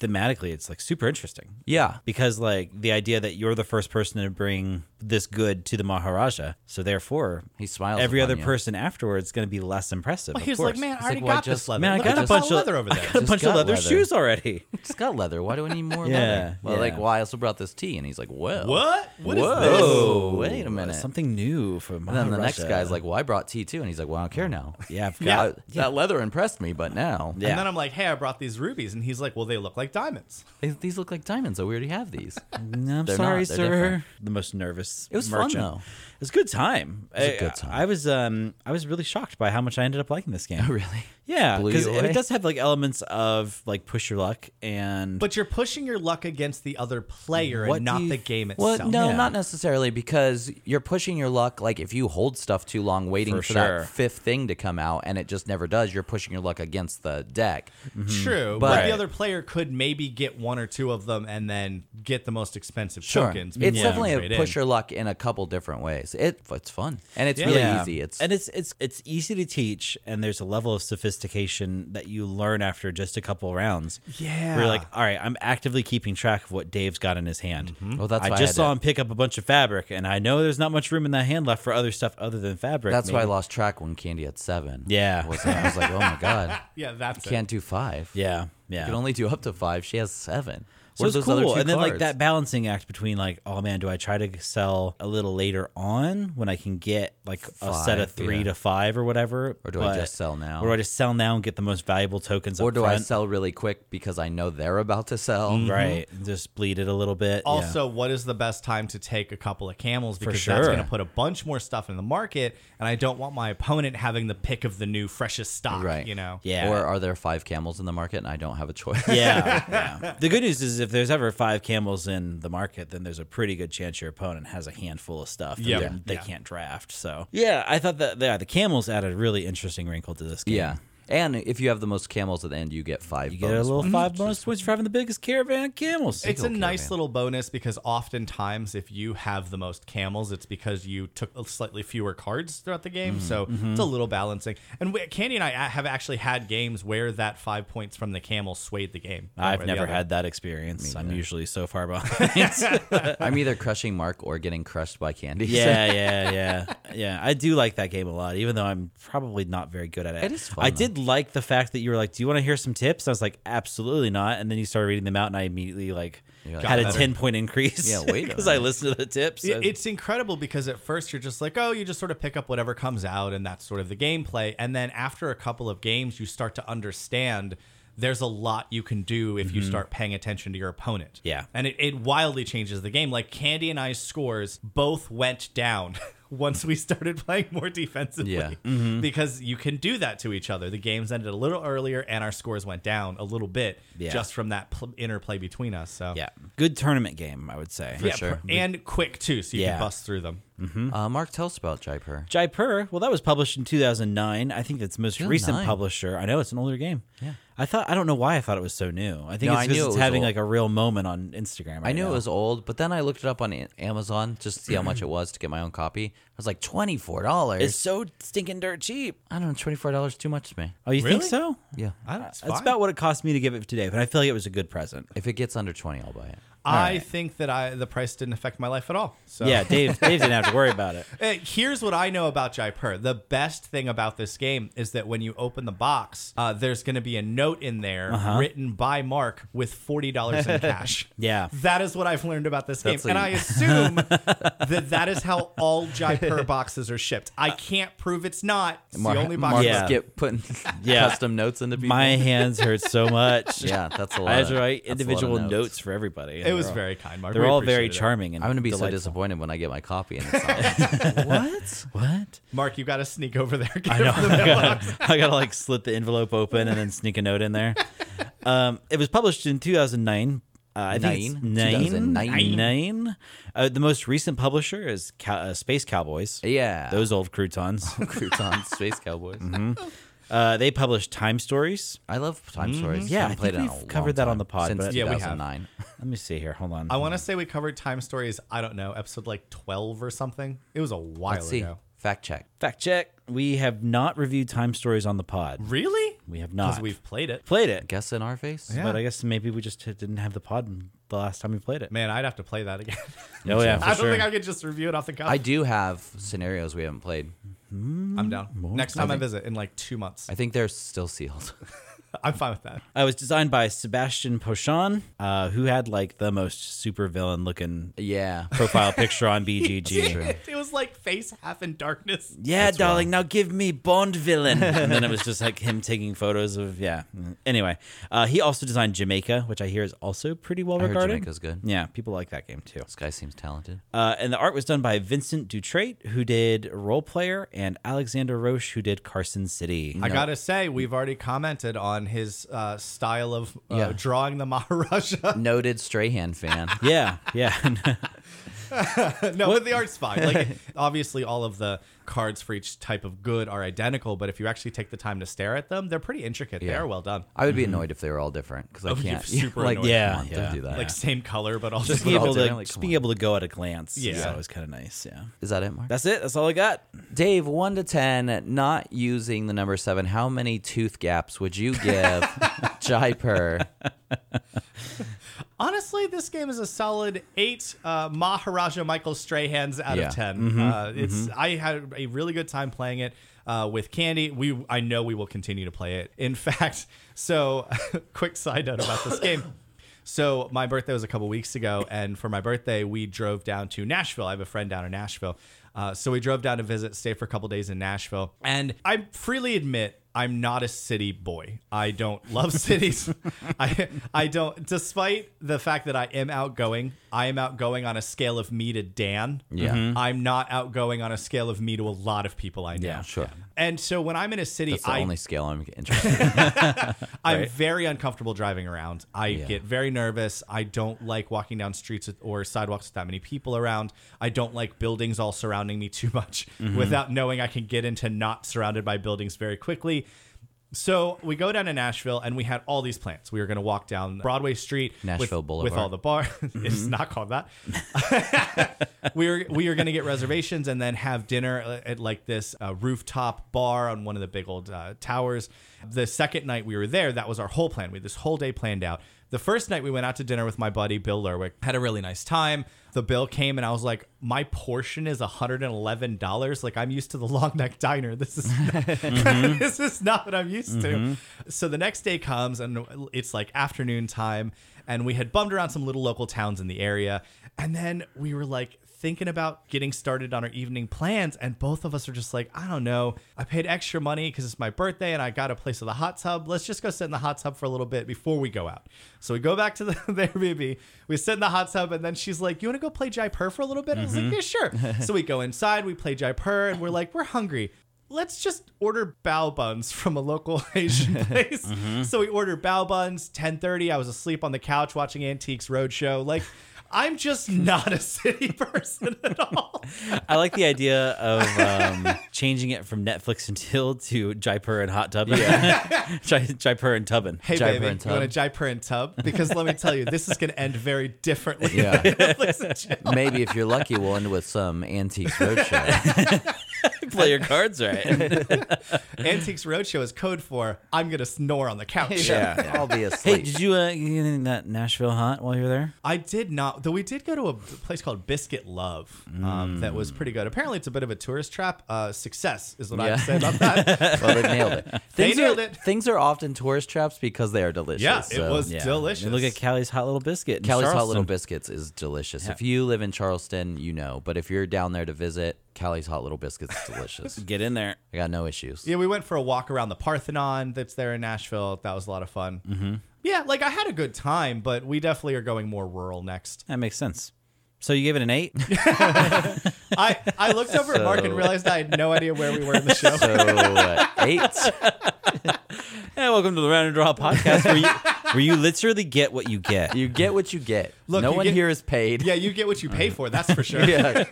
B: thematically, it's like super interesting.
A: Yeah.
B: because like the idea that you're the first person to bring this good to the Maharaja, so therefore
A: He smiles
B: Every
A: upon
B: other
A: you.
B: person afterwards is going to be less impressive.
C: But he
B: of
C: was like,
B: course.
C: man, I
A: like,
C: already
A: well, I
C: got this
A: just-
C: leather.
B: man, I
C: Look,
B: got a
C: it's all
B: bunch of
C: leather over there.
B: I got a
A: Just
B: bunch
A: got
B: of leather,
A: leather.
B: shoes already.
A: It's got leather. Why do I need more
B: Yeah,
A: leather? Well, like,
B: yeah.
A: well, I also brought this tea. And he's like, whoa.
C: What? What is
A: Whoa.
B: Whoa,
A: Oh, Wait a minute.
B: something new for
A: and
B: Maharaja.
A: then the next guy's like, well, I brought tea too. And he's like, well, I don't care now.
B: yeah, I've
A: Yeah.
B: got
A: That leather impressed me, but now
B: Yeah.
C: And then I'm like, hey, I brought these rubies, and he's like, well, they look like diamonds.
A: They- these look like diamonds. So we already have these.
B: No, I'm
A: They're
B: sorry,
A: not. They're
B: sir.
A: different.
B: The most nervous.
A: It was fun,
B: merchant.
A: though.
B: It was a good time. Oh, It
A: was a good time.
B: I, was um I was really shocked by how much I ended up liking this game.
A: really?
B: Yeah,
A: Blew
B: because
A: you away?
B: it does have like elements of like push your luck and
C: But you're pushing your luck against the other player
B: What
C: and
B: do
C: not
B: you-
C: the game
A: Well,
C: itself.
A: no,
B: Yeah.
A: not necessarily because you're pushing your luck. Like if you hold stuff too long, waiting
B: For
A: for,
B: sure.
A: that fifth thing to come out, and it just never does, you're pushing your luck against the deck.
B: Mm-hmm.
C: True, but,
A: But-
C: the other player could maybe get one or two of them and then get the most expensive tokens.
A: it's
C: Yeah.
A: definitely
C: Trade
A: a
C: in.
A: push your luck in a couple different ways. It it's fun and it's really easy. It's
B: and it's it's it's easy to teach, and there's a level of sophistication that you learn after just a couple rounds.
C: Yeah.
B: where you're like, all right, I'm actively keeping track of what Dave's got in his hand.
A: Well, Oh, that's
B: I
A: why I
B: just
A: had
B: saw
A: to-
B: him pick up a bunch of fabric, and I know there's not much room in that hand left for other stuff other than fabric.
A: that's why I
B: maybe.
A: lost track when Candy had seven.
B: Yeah.
A: was, I was like, oh my god,
C: Yeah, that's it.
A: can't do five.
B: Yeah,
A: you
B: yeah.
A: can only do up to five. She has seven. What
B: so
A: are
B: it's
A: those
B: cool,
A: other two
B: and then like
A: cards?
B: that balancing act between like, oh man, do I try to sell a little later on when I can get like a set
A: Five,
B: of three
A: yeah.
B: to five or whatever,
A: Or do I just sell now?
B: Or do I just sell now and get the most valuable tokens?
A: Or
B: up
A: do I
B: front? Mm-hmm.
A: sell really quick because I know they're about to sell?
B: Right. Just bleed it a little bit.
C: Also, what is the best time to take a couple of camels because
B: sure.
C: that's going to put a bunch more stuff in the market, and I don't want my opponent having the pick of the new freshest stock.
A: Right.
C: You know.
B: Yeah.
A: Or are there five camels in the market and I don't have a choice.
B: Yeah, yeah. The good news is if there's ever five camels in the market, then there's a pretty good chance your opponent has a handful of stuff that
C: Yeah.
B: they're- they
C: Yeah.
B: can't draft. So yeah, I thought that yeah, the camels added a really interesting wrinkle to this game.
A: yeah. And if you have the most camels at the end, you get five.
B: You get a
A: bonus
B: little five bonus points for having the biggest caravan of camels.
C: It's a
A: okay,
C: nice
A: man.
C: little bonus because oftentimes if you have the most camels, it's because you took a slightly fewer cards throughout the game. So it's a little balancing. And we, Candy and I a- have actually had games where that five points from the camel swayed the game. one way
B: I've
C: or the
B: never
C: other.
B: had that experience. I'm usually so far behind.
A: I'm either crushing Mark or getting crushed by Candy.
B: Yeah, yeah, yeah, yeah. I do like that game a lot, even though I'm probably not very good at it.
A: It is fun,
B: I
A: though.
B: did like the fact that you were like, "Do you want to hear some tips?" I was like, "Absolutely not." And then you started reading them out, and I immediately like
A: like,
B: had a
C: better.
B: ten point increase.
A: Yeah, wait a
B: because I
A: minute.
B: listened to the tips.
C: It- it's incredible because at first you're just like, oh, you just sort of pick up whatever comes out, and that's sort of the gameplay. And then after a couple of games, you start to understand there's a lot you can do if you start paying attention to your opponent.
B: Mm-hmm. Yeah.
C: And it, it wildly changes the game. Like Candy and I's scores both went down. Once we started playing more defensively,
A: Yeah.
B: Mm-hmm.
C: because you can do that to each other. The games ended a little earlier, and our scores went down a little bit
B: Yeah.
C: just from that pl- interplay between us. So
B: yeah, good tournament game, I would say.
C: yeah,
A: sure.
C: pr- and quick too, so you
B: Yeah.
C: can bust through them.
B: Mm-hmm.
A: Uh, Mark, tell us about Jaipur.
B: Jaipur. Well, that was published in 2009. I think that's the most recent
A: 2009.
B: publisher. I know it's an older game.
A: Yeah.
B: I thought I don't know why I thought it was so new. I think
A: No,
B: it's
A: I
B: because
A: knew
B: it's
A: it was
B: having
A: old.
B: like a real moment on Instagram. Right
A: I knew
B: now.
A: it was old, but then I looked it up on A- Amazon just to see how much it was to get my own copy. I was like, twenty four
B: It's
A: dollars.
B: so stinking dirt cheap.
A: I don't know, twenty four dollars too much to me.
B: Oh, you think
C: Really?
B: so?
A: Yeah,
C: I don't- it's
B: That's
C: fine.
B: about what it cost me to give it today, but I feel like it was a good present.
A: if it gets under twenty, I'll buy it.
C: I
B: right.
C: think that I the price didn't affect my life at all. So
B: Yeah, Dave. Dave didn't have to worry about it.
C: Uh, Here's what I know about Jaipur. The best thing about this game is that when you open the box, uh, there's going to be a note in there
B: Uh-huh.
C: written by Mark with forty dollars in cash.
B: Yeah.
C: that is what I've learned about this game,
A: That's
C: and
A: a-
C: I assume that that is how all Jaipur boxes are shipped. I can't prove it's not. It's
A: Mar-
C: the only box.
A: Mark
B: Yeah.
A: must get putting
B: Yeah.
A: custom notes into people.
B: My hands hurt so much.
A: yeah, that's a lot.
B: I had
A: of-
B: to write
A: that's a lot of
B: individual notes. for everybody.
C: It was very kind, Mark.
B: They're
C: We
B: all very
C: appreciate it.
B: charming. And
A: I'm gonna be so
B: delightful.
A: disappointed when I get my copy and it's not. what?
B: What?
C: Mark, you got to sneak over there. I
B: I gotta like slit the envelope open and then sneak a note in there. Um, it was published in 2009. Uh, I think it's
A: Nine? 2009.
B: nine. Nine. Uh, the most recent publisher is Cow- uh, Space Cowboys.
A: Yeah,
B: Those old croutons.
A: croutons, space cowboys.
B: uh, they published Time Stories.
A: I love time stories.
B: Yeah,
A: I haven't
B: I
A: played
B: think
A: it in a
B: we've
A: long
B: covered that on
A: time,
B: the pod,
A: since
B: but-
C: Yeah, we have.
A: 2009.
B: Let me see here. Hold on.
C: I want to say we covered time stories. I don't know, episode like twelve or something. It was a while
A: Let's see.
C: ago.
A: Fact check.
B: Fact check. We have not reviewed Time Stories on the pod.
C: Really?
B: We have
C: Because
B: not.
C: we've played it.
B: played it.
A: Guess in our face.
C: Yeah.
B: But I guess maybe we just didn't have the pod the last time we played it.
C: Man, I'd have to play that again.
B: Oh, yeah. For
C: I don't
B: sure.
C: think I could just review it off the cuff.
A: I do have scenarios we haven't played.
C: I'm down. Next time I, visit in like two months,
A: I think they're still sealed.
C: I'm fine with that.
B: Uh, it was designed by Sebastian Pochon, uh, who had like the most super villain looking
A: yeah.
B: profile picture on BGG.
C: it was like face half in darkness.
B: Yeah, darling, now give me Bond villain. and then it was just like him taking photos of, yeah. Anyway, uh, he also designed Jamaica, which I hear is also pretty well
A: heard
B: regarded.
A: Jamaica's good.
B: Yeah, people like that game too.
A: This guy seems talented.
B: Uh, and the art was done by Vincent Dutrait, who did Role Player, and Alexander Roche, who did Carson City.
C: I gotta say, we've already commented on his uh, style of uh,
A: Yeah.
C: drawing the Maharaja.
A: Noted Strahan fan.
B: yeah, yeah.
C: no, but the art's fine. Like, obviously, all of the cards for each type of good are identical, but if you actually take the time to stare at them, they're pretty intricate. They
A: Yeah.
C: are well done.
A: I would be
B: Mm-hmm.
A: annoyed if they were all different because I
C: Oh, you're
A: can't.
C: super
A: like,
C: annoyed.
B: Yeah,
A: want them
B: yeah.
A: to do that.
C: Like same color, but all
B: just
C: just
B: being
A: all
B: able to
A: different, like,
B: just
A: come
B: being able to go at a glance. Yeah,
C: Yeah.
B: is always kind of nice. Yeah,
A: Is that it, Mark?
B: that's it. That's all I got.
A: Dave, one to ten, not using the number seven. How many tooth gaps would you give Jaipur?
C: Honestly, this game is a solid eight uh, Maharaja Michael Strahan's out
A: Yeah.
C: of 10 Uh, it's I had a really good time playing it uh, with Candy. We I know we will continue to play it. In fact, so quick side note about this game. So my birthday was a couple weeks ago, and for my birthday, we drove down to Nashville. I have a friend down in Nashville, uh, so we drove down to visit, stay for a couple days in Nashville, and I freely admit. I'm not a city boy. I don't love cities. I I don't despite the fact that I am outgoing, I am outgoing on a scale of me to Dan. Mm-hmm.
A: Yeah. Mhm.
C: I'm not outgoing on a scale of me to a lot of people I know.
B: Yeah,
A: Sure.
C: And so when I'm in a city,
A: That's the
C: I
A: only scale I'm interested. in.
C: I'm very uncomfortable driving around. I get very nervous. I don't like walking down streets with, or sidewalks with that many people around. I don't like buildings all surrounding me too much
A: Mm-hmm.
C: without knowing I can get into not surrounded by buildings very quickly. So we go down to Nashville and we had all these plans. We were going to walk down Broadway Street, with-
A: Nashville
C: with
A: Boulevard. Mm-hmm.
C: all the bar. it's not called that. we are we are going to get reservations and then have dinner at like this uh, rooftop bar on one of the big old uh, towers. The second night we were there, that was our whole plan. We had this whole day planned out. The first night we went out to dinner with my buddy Bill Lerwick. Had a really nice time. The bill came and I was like, my portion is $111. Like I'm used to the long neck diner. This is this is not what I'm used to. So the next day comes and it's like afternoon time and we had bummed around some little local towns in the area and then we were like thinking about getting started on our evening plans and both of us are just like i don't know i paid extra money because it's my birthday and i got a place with a hot tub let's just go sit in the hot tub for a little bit before we go out so we go back to the, the airbnb we sit in the hot tub and then she's like you want to go play jaipur for a little bit i was like yeah sure so we go inside we play jaipur and we're like we're hungry let's just order bao buns from a local Asian place.
A: Mm-hmm.
C: So we ordered bao buns. 10:30, I was asleep on the couch watching Antiques Roadshow. Like, I'm just not a city person at all.
B: I like the idea of um, changing it from Netflix and Till to Jaipur and Hot Tubbin. Yeah. Jaipur and Tubbin.
C: Hey
A: Jaipur
C: baby,
A: and
C: you want a
A: tub.
C: Jaipur and tub? Because let me tell you, this is going to end very differently.
A: Yeah.
C: than Netflix and chill.
A: Maybe if you're lucky, we'll end with some antiques roadshow.
B: Play your cards right.
C: Antiques Roadshow is code for I'm going to snore on the couch.
A: yeah, I'll be asleep.
B: hey, did you uh, get anything that Nashville hot while you were there?
C: I did not, though we did go to a place called Biscuit Love um, that
A: Mm.
C: was pretty good. Apparently, it's a bit of a tourist trap. Uh, success is what I have to
A: Yeah.
C: say about that.
A: well, they nailed it. Things
C: nailed
A: are,
C: it.
A: Things are often tourist traps because they are delicious.
C: Yeah, it
A: so-
C: was delicious.
B: And look at Callie's hot little biscuit. in
A: Callie's Hot
B: Charleston.
A: Little Biscuits is delicious. If you live in Charleston, you know. But if you're down there to visit, Callie's Hot Little Biscuits is delicious.
B: Get in there.
A: I got no issues.
C: yeah, we went for a walk around the Parthenon that's there in Nashville. That was a lot of fun. Mm-hmm. Yeah, like I had a good time, but we definitely are going more rural next.
B: That makes sense. So you gave it an eight.
C: I, I looked over at Mark and
A: So-
C: realized I had no idea where we were in the show.
A: So uh, eight.
B: hey, welcome to the Round and Draw podcast, where you where you literally get what you get.
A: You get what you get.
C: Look,
A: no
C: you
A: one
C: get-
A: here is paid.
C: yeah, you get what you pay for, that's for sure.
A: Yeah.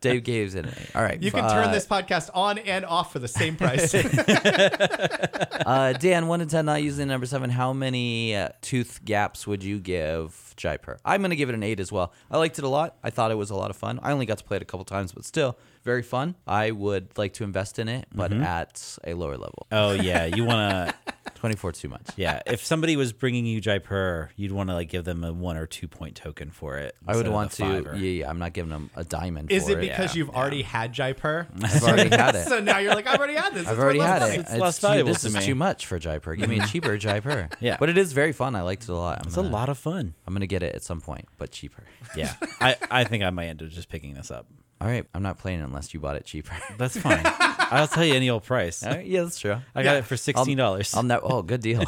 A: Dave Gaves in it. All right.
C: You can turn this podcast on and off for the same price.
A: Uh, Dan, one to ten, not using number seven. How many uh, tooth gaps would you give Jaipur? I'm gonna give it an eight as well. I liked it a lot. I thought it was a lot of fun. I only got to play it a couple times, but still very fun. I would like to invest in it,
B: Mm-hmm.
A: but at a lower level.
B: Oh yeah, you wanna
A: Twenty four too much.
B: yeah. If somebody was bringing you Jaipur, you'd want to like give them a one or two point token for it.
A: I would
B: instead of a
A: want to.
B: fiver.
A: Yeah, yeah, I'm not giving them a diamond.
C: Is
A: for
C: it because you've already had Jaipur?
A: I've already had it.
C: so now you're like, I've already had this.
A: I've already had it.
B: It's less
A: too-
B: valuable
A: this
B: to
A: is
B: me.
A: too much for Jaipur. Give me a cheaper Jaipur.
B: Yeah.
A: but it is very fun. I liked it a lot. I'm
B: It's a
A: gonna,
B: lot of fun.
A: I'm gonna get it at some point, but cheaper.
B: Yeah, I, I think I might end up just picking this up.
A: All right, I'm not playing it unless you bought it cheaper.
B: That's fine. I'll tell you any old price.
A: All right, yeah, that's true.
B: I got it for sixteen dollars.
A: I'll ne- oh, good deal.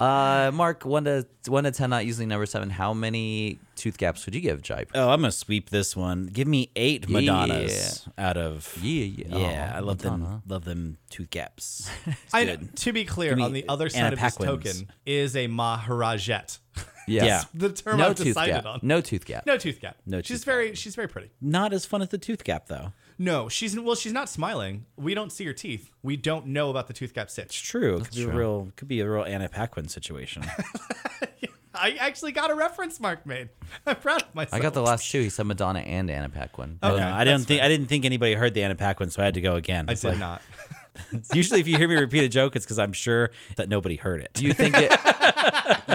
A: uh, Mark, one to one to ten, not using number seven. How many tooth gaps would you give Jaipur?
B: Oh, I'm gonna sweep this one. Give me eight Madonnas out of
A: Yeah, yeah.
B: yeah.
A: Oh,
B: I love them.
A: Madonna.
B: Love them tooth gaps. It's
C: I,
B: good.
C: to be clear,
B: Give me
C: on the other side of this
B: Anapaquins.
C: token is a Maharajette.
B: Yeah.
C: the term
A: no
C: I've
A: tooth
C: decided
A: gap.
C: on.
A: No tooth gap.
C: No tooth gap.
B: No
C: she's
B: tooth
C: very she's very pretty.
B: Not as fun as the tooth gap though.
C: No, she's well, she's not smiling. We don't see her teeth. We don't know about the tooth gap
B: It's
C: stitch.
B: true. It could be a real could be a real Anna Paquin situation.
C: I actually got a reference mark made. I'm proud of
A: I
C: myself.
A: got the last two. He said Madonna and Anna Paquin. But
B: I don't know. I
C: that's
B: didn't think I didn't think anybody heard the Anna Paquin, so I had to go again.
C: I
B: It's
C: did
B: like-
C: not.
B: Usually, if you hear me repeat a joke, it's because I'm sure that nobody heard it.
A: Do you think it?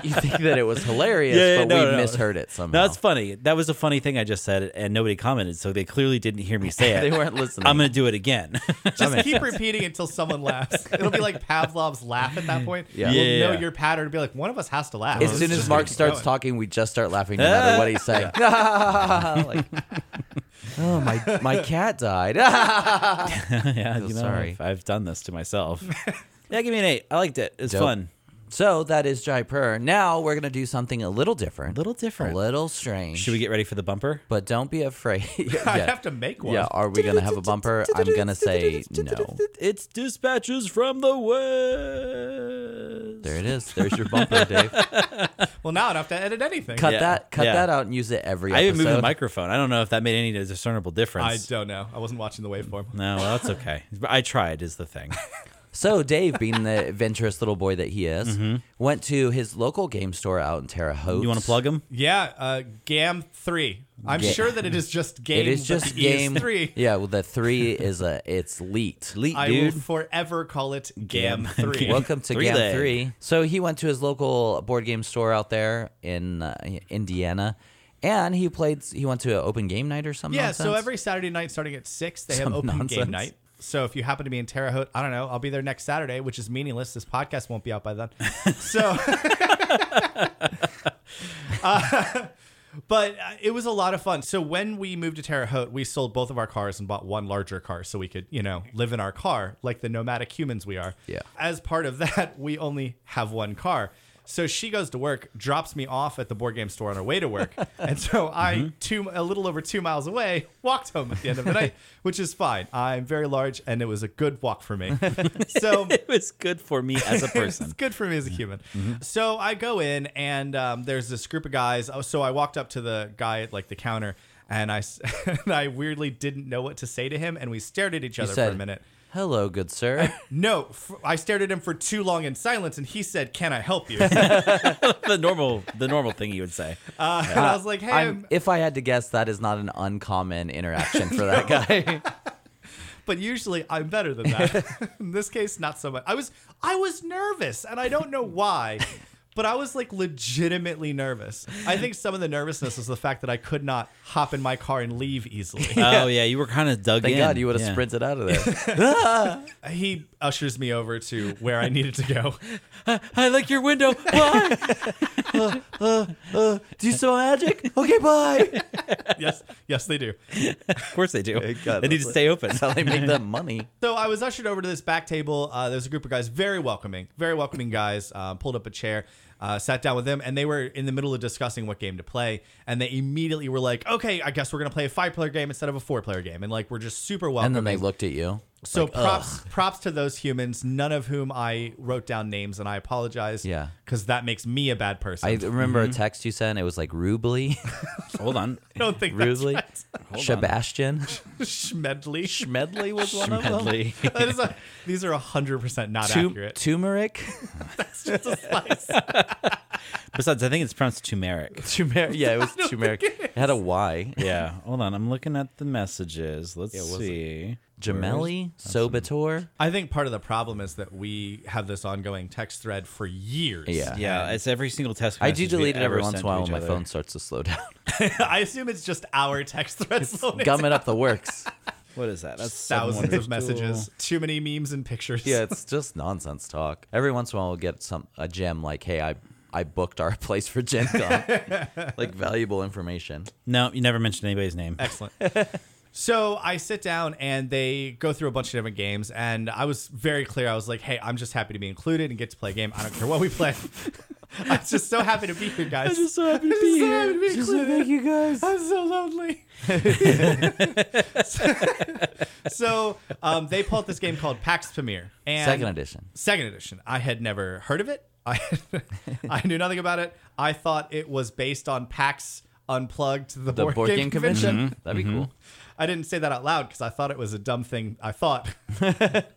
A: you think that it was hilarious,
B: Yeah, yeah,
A: but
B: no,
A: we
B: no, no.
A: misheard it somehow.
B: No, that's funny. That was a funny thing I just said, and nobody commented, so they clearly didn't hear me say it.
A: They weren't listening.
B: I'm gonna do it again.
C: Just keep repeating until someone laughs. It'll be like Pavlov's laugh at that point.
A: Yeah.
C: We'll
B: Yeah.
C: know your pattern and be like, one of us has to laugh.
A: as soon as Mark starts
C: talking.
A: talking, we just start laughing no matter what he's saying. Like, oh my! My cat died.
B: yeah, you know,
A: sorry.
B: I've, I've done this to myself. yeah, give me an eight. I liked it. It's
A: Dope.
B: fun.
A: So that is Jaipur. Now we're gonna do something a little different,
B: little different.
A: a little strange.
B: Should we get ready for the bumper?
A: But don't be afraid.
C: I
A: yeah.
C: have to make one.
A: yeah. Are we gonna have a bumper? I'm gonna say no.
B: It's dispatches from the west.
A: There it is. There's your bumper, Dave.
C: Well, now I don't have to edit anything.
A: Cut
B: Yeah.
A: that. Cut
B: Yeah.
A: that out and use it every
B: I
A: episode.
B: even moved the microphone. I don't know if that made any discernible
C: I
B: difference.
C: don't know. I wasn't watching the waveform.
B: no, well, that's okay. But I tried is the thing.
A: So Dave, being the adventurous little boy that he is, went to his local game store out in Terre Haute.
B: Mm-hmm. You want to plug him?
C: Yeah, uh, Gam three. I'm
A: Ga-
C: sure that it is just game.
A: It is
C: but
A: just
C: the E is
A: game
C: three.
A: Yeah, well, the three is a it's leaked.
B: Leet,
C: I will
B: dude.
C: forever call it Gam
B: Gam.
C: three.
A: Welcome to
B: Three
A: Gam
B: leg.
A: Three. So he went to his local board game store out there in uh, Indiana, and he played. He went to an open game night or something.
C: Yeah, so every Saturday night starting at six, they have
A: Some
C: open
A: nonsense.
C: game night. So if you happen to be in Terre Haute, I don't know, I'll be there next Saturday, which is meaningless. This podcast won't be out by then. So, Uh, but uh, it was a lot of fun. So when we moved to Terre Haute, we sold both of our cars and bought one larger car so we could, you know, live in our car like the nomadic humans we are.
A: Yeah.
C: As part of that, we only have one car. So she goes to work, drops me off at the board game store on her way to work, and so I two a little over two miles away walked home at the end of the night, which is fine. I'm very large, and it was a good walk for me. So
B: It was good for me as a
C: it's
B: person.
C: good for me as a human.
A: Mm-hmm.
C: So I go in, and um, there's this group of guys. Oh, So I walked up to the guy at like the counter, and I s- and I weirdly didn't know what to say to him, and we stared at each other for
A: said-
C: a minute.
A: hello, good sir.
C: No, f- I stared at him for too long in silence, and he said, "Can I help you?"
B: the normal, the normal thing you would say.
C: Uh, and I was like, "Hey,
A: I'm,
C: I'm-
A: if I had to guess, that is not an uncommon interaction for that guy.
C: but usually I'm better than that. In this case, not so much. I was I was nervous, and I don't know why, but I was like legitimately nervous. I think some of the nervousness was the fact that I could not hop in my car and leave easily.
B: Oh yeah, you were kind of dug
A: Thank
B: in.
A: God you would have
B: Yeah.
A: sprinted out of there.
C: he ushers me over to where I needed to go.
B: I like your window. Why?
A: Uh, Do you smell magic? Okay, bye.
C: yes, yes, they do.
B: of course they do.
A: God,
B: they need
A: that's
B: to stay open.
A: That's how they make that money.
C: So I was ushered over to this back table. Uh, There's a group of guys, very welcoming, very welcoming guys. Uh, pulled up a chair, uh, sat down with them, and they were in the middle of discussing what game to play. And they immediately were like, "Okay, I guess we're gonna play a five-player game instead of a four-player game." And like, we're just super welcoming.
A: And then they looked at you.
C: So props props to those humans, none of whom I wrote down names, and I apologize.
A: Yeah.
C: because that makes me a bad person.
A: I
C: I
A: remember a text you sent. It was like Rubly,
B: Hold on.
C: don't think that's
A: Rubly,
C: right.
A: Sebastian.
C: Schmedley.
A: Schmedley was one of them.
B: Medley.
C: That is a- these are hundred percent not
A: Tu-
C: accurate.
A: turmeric,
C: It's just a slice.
B: Besides, I think it's pronounced turmeric.
A: turmeric. Yeah, it was turmeric. It had a Y.
B: Yeah. Hold on. I'm looking at the messages. Let's see.
A: Gemelli, Sobator.
C: I think part of the problem is that we have this ongoing text thread for years.
A: Yeah.
B: Yeah, it's every single test.
A: I do
B: message we
A: delete it
B: ever
A: every once
B: sent
A: in
B: to
A: a while when
B: each
A: my
B: other.
A: phone starts to slow down.
C: I assume it's just our text thread. slowing down.
A: Gumming up the works.
B: What is that? That's seven
C: Thousands
B: wonders.
C: of messages, too many memes and pictures.
A: Yeah, it's just nonsense talk. Every once in a while, we'll get some a gem like, "Hey, I I booked our place for Gen Con." like valuable information.
B: No, you never mentioned anybody's name.
C: Excellent. So I sit down and they go through a bunch of different games, and I was very clear. I was like, "Hey, I'm just happy to be included and get to play a game. I don't care what we play. I'm just so happy to be here, guys. I'm just so happy to be here.
A: thank you guys.
C: I'm so lonely. so um, they pulled this game called Pax Pamir. And
A: Second edition.
C: Second edition. I had never heard of it. I, I knew nothing about it. I thought it was based on PAX Unplugged, the,
A: The
C: board, game, convention.
A: Mm-hmm. That'd be cool.
C: I didn't say that out loud because I thought it was a dumb thing. I thought.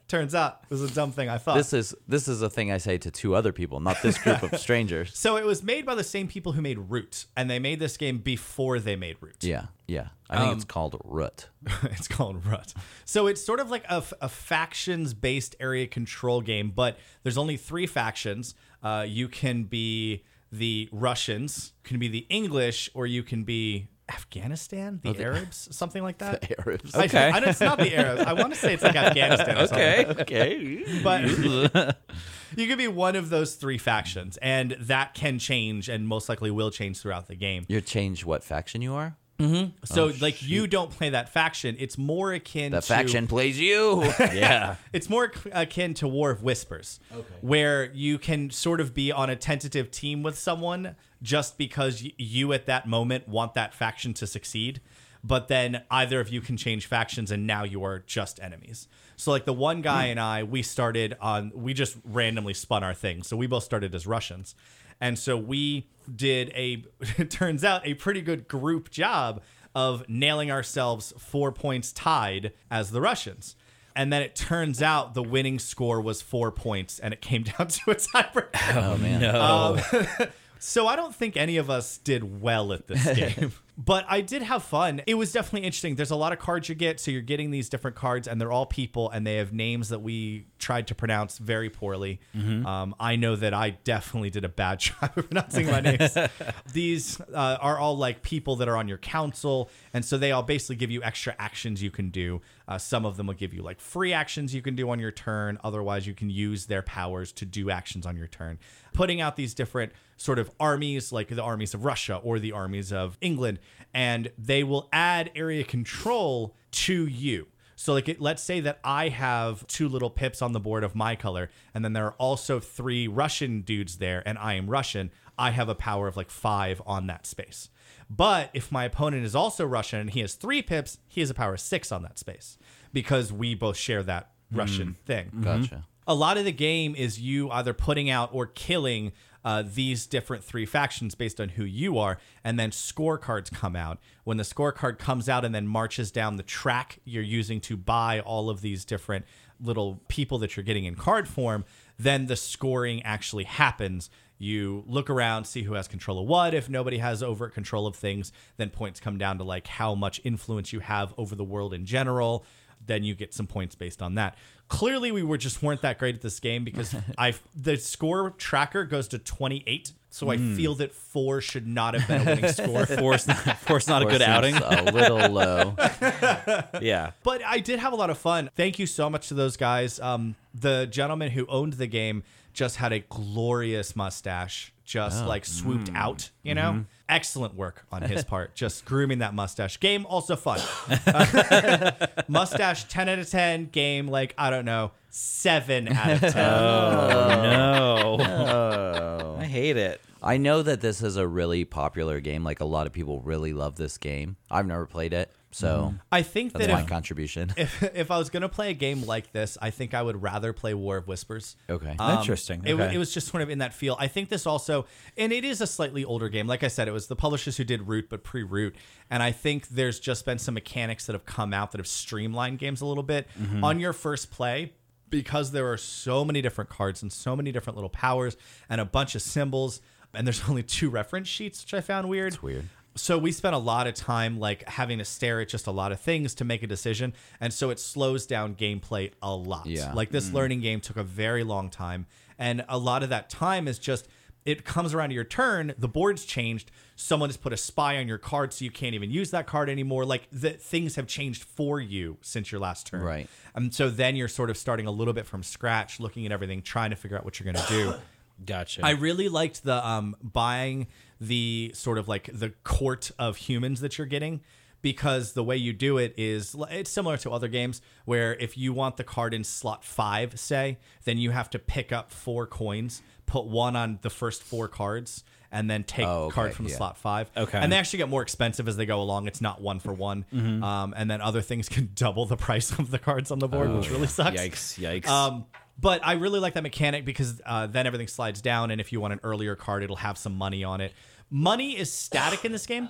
C: Turns out it was a dumb thing I thought.
A: This is this is a thing I say to two other people, not this group of strangers.
C: so it was made by the same people who made Root, and they made this game before they made Root.
A: Yeah, yeah. I think it's called Root.
C: it's called Rut. So it's sort of like a, factions based area control game, but there's only three factions. Uh, you can be the Russians, you can be the English, or you can be Afghanistan, the Arabs, something like that.
A: Oh, Arabs.
C: I-
B: Okay.
C: I, don't- it's not the Arabs. I want to say it's like Afghanistan. Or Something.
A: okay.
C: But you could be one of those three factions, and that can change and most likely will change throughout the game.
A: You change what faction you are.
C: So like you don't play that faction. It's more akin
A: Oh, The
C: to
A: faction plays you.
B: Yeah.
C: It's more ac- akin to War of Whispers, okay. where you can sort of be on a tentative team with someone just because y- you at that moment want that faction to succeed. But then either of you can change factions, and now you are just enemies. So, like the one guy and I, we started on, we just randomly spun our thing. So, we both started as Russians. And so, we did a, it turns out, a pretty good group job of nailing ourselves four points tied as the Russians. And then it turns out the winning score was four points, and it came down to a tiebreaker. Um,
A: oh man.
C: So I don't think any of us did well at this game. But I did have fun. It was definitely interesting. There's a lot of cards you get. So you're getting these different cards, and they're all people, and they have names that we tried to pronounce very poorly.
A: Mm-hmm.
C: Um, I know that I definitely did a bad job of pronouncing my names. these uh, are all like people that are on your council. And so they all basically give you extra actions you can do. Uh, some of them will give you like free actions you can do on your turn. Otherwise, you can use their powers to do actions on your turn. Putting out these different sort of armies, like the armies of Russia or the armies of England, and they will add area control to you. So, like, it, let's say that I have two little pips on the board of my color, and then there are also three Russian dudes there, and I am Russian. I have a power of like five on that space. But if my opponent is also Russian and he has three pips, he has a power of six on that space because we both share that Russian thing
A: Gotcha.
C: a lot of the game is you either putting out or killing uh, these different three factions based on who you are, and then scorecards come out. When the scorecard comes out and then marches down the track you're using to buy all of these different little people that you're getting in card form, then the scoring actually happens. You look around, see who has control of what. If nobody has overt control of things, then points come down to like how much influence you have over the world in general then you get some points based on that. Clearly, we were just weren't that great at this game because I the score tracker goes to 28, so I feel that four should not have been a winning score.
B: Force, force not a good
A: Seems
B: outing.
A: A little low.
B: Yeah.
C: But I did have a lot of fun. Thank you so much to those guys. Um, the gentleman who owned the game just had a glorious mustache, just like swooped out. You know, excellent work on his part, just grooming that mustache. Game also fun. mustache 10 out of 10 game like i don't know 7 out of 10
B: No. I hate it.
A: I know that this is a really popular game. Like a lot of people really love this game. I've never played it, so
C: i think
A: that's
C: that
A: my
C: if,
A: contribution.
C: if, if i was going to play a game like this i think i would rather play war of whispers
A: okay.
C: Um,
B: Interesting.
C: It, wa-
B: Okay.
C: it was just sort of in that feel. I think this also, and it is a slightly older game. Like I said, it was the publishers who did Root, but pre Root. And I think there's just been some mechanics that have come out that have streamlined games a little bit.
A: Mm-hmm.
C: On your first play, because there are so many different cards and so many different little powers and a bunch of symbols, and there's only two reference sheets, which I found weird. It's
A: weird.
C: so we spent a lot of time like having to stare at just a lot of things to make a decision and so it slows down gameplay a lot
A: Yeah. Mm.
C: like this learning game took a very long time and a lot of that time is just it comes around to your turn the board's changed someone has put a spy on your card so you can't even use that card anymore like the things have changed for you since your last turn
A: Right.
C: and so then you're sort of starting a little bit from scratch looking at everything trying to figure out what you're going to do
B: Gotcha.
C: I really liked the um, buying the sort of like the court of humans that you're getting because the way you do it is it's similar to other games where if you want the card in slot 5 say then you have to pick up four coins put one on the first four cards and then take
A: Oh,
C: the card
A: okay,
C: from
A: yeah.
C: slot 5
B: Okay.
C: and they actually get more expensive as they go along it's not one for one
A: Mm-hmm.
C: um, and then other things can double the price of the cards on the board
A: Oh,
C: which really sucks
B: yikes. Yikes.
C: um, but I really like that mechanic because uh, then everything slides down, and if you want an earlier card, it'll have some money on it. Money is static in this game.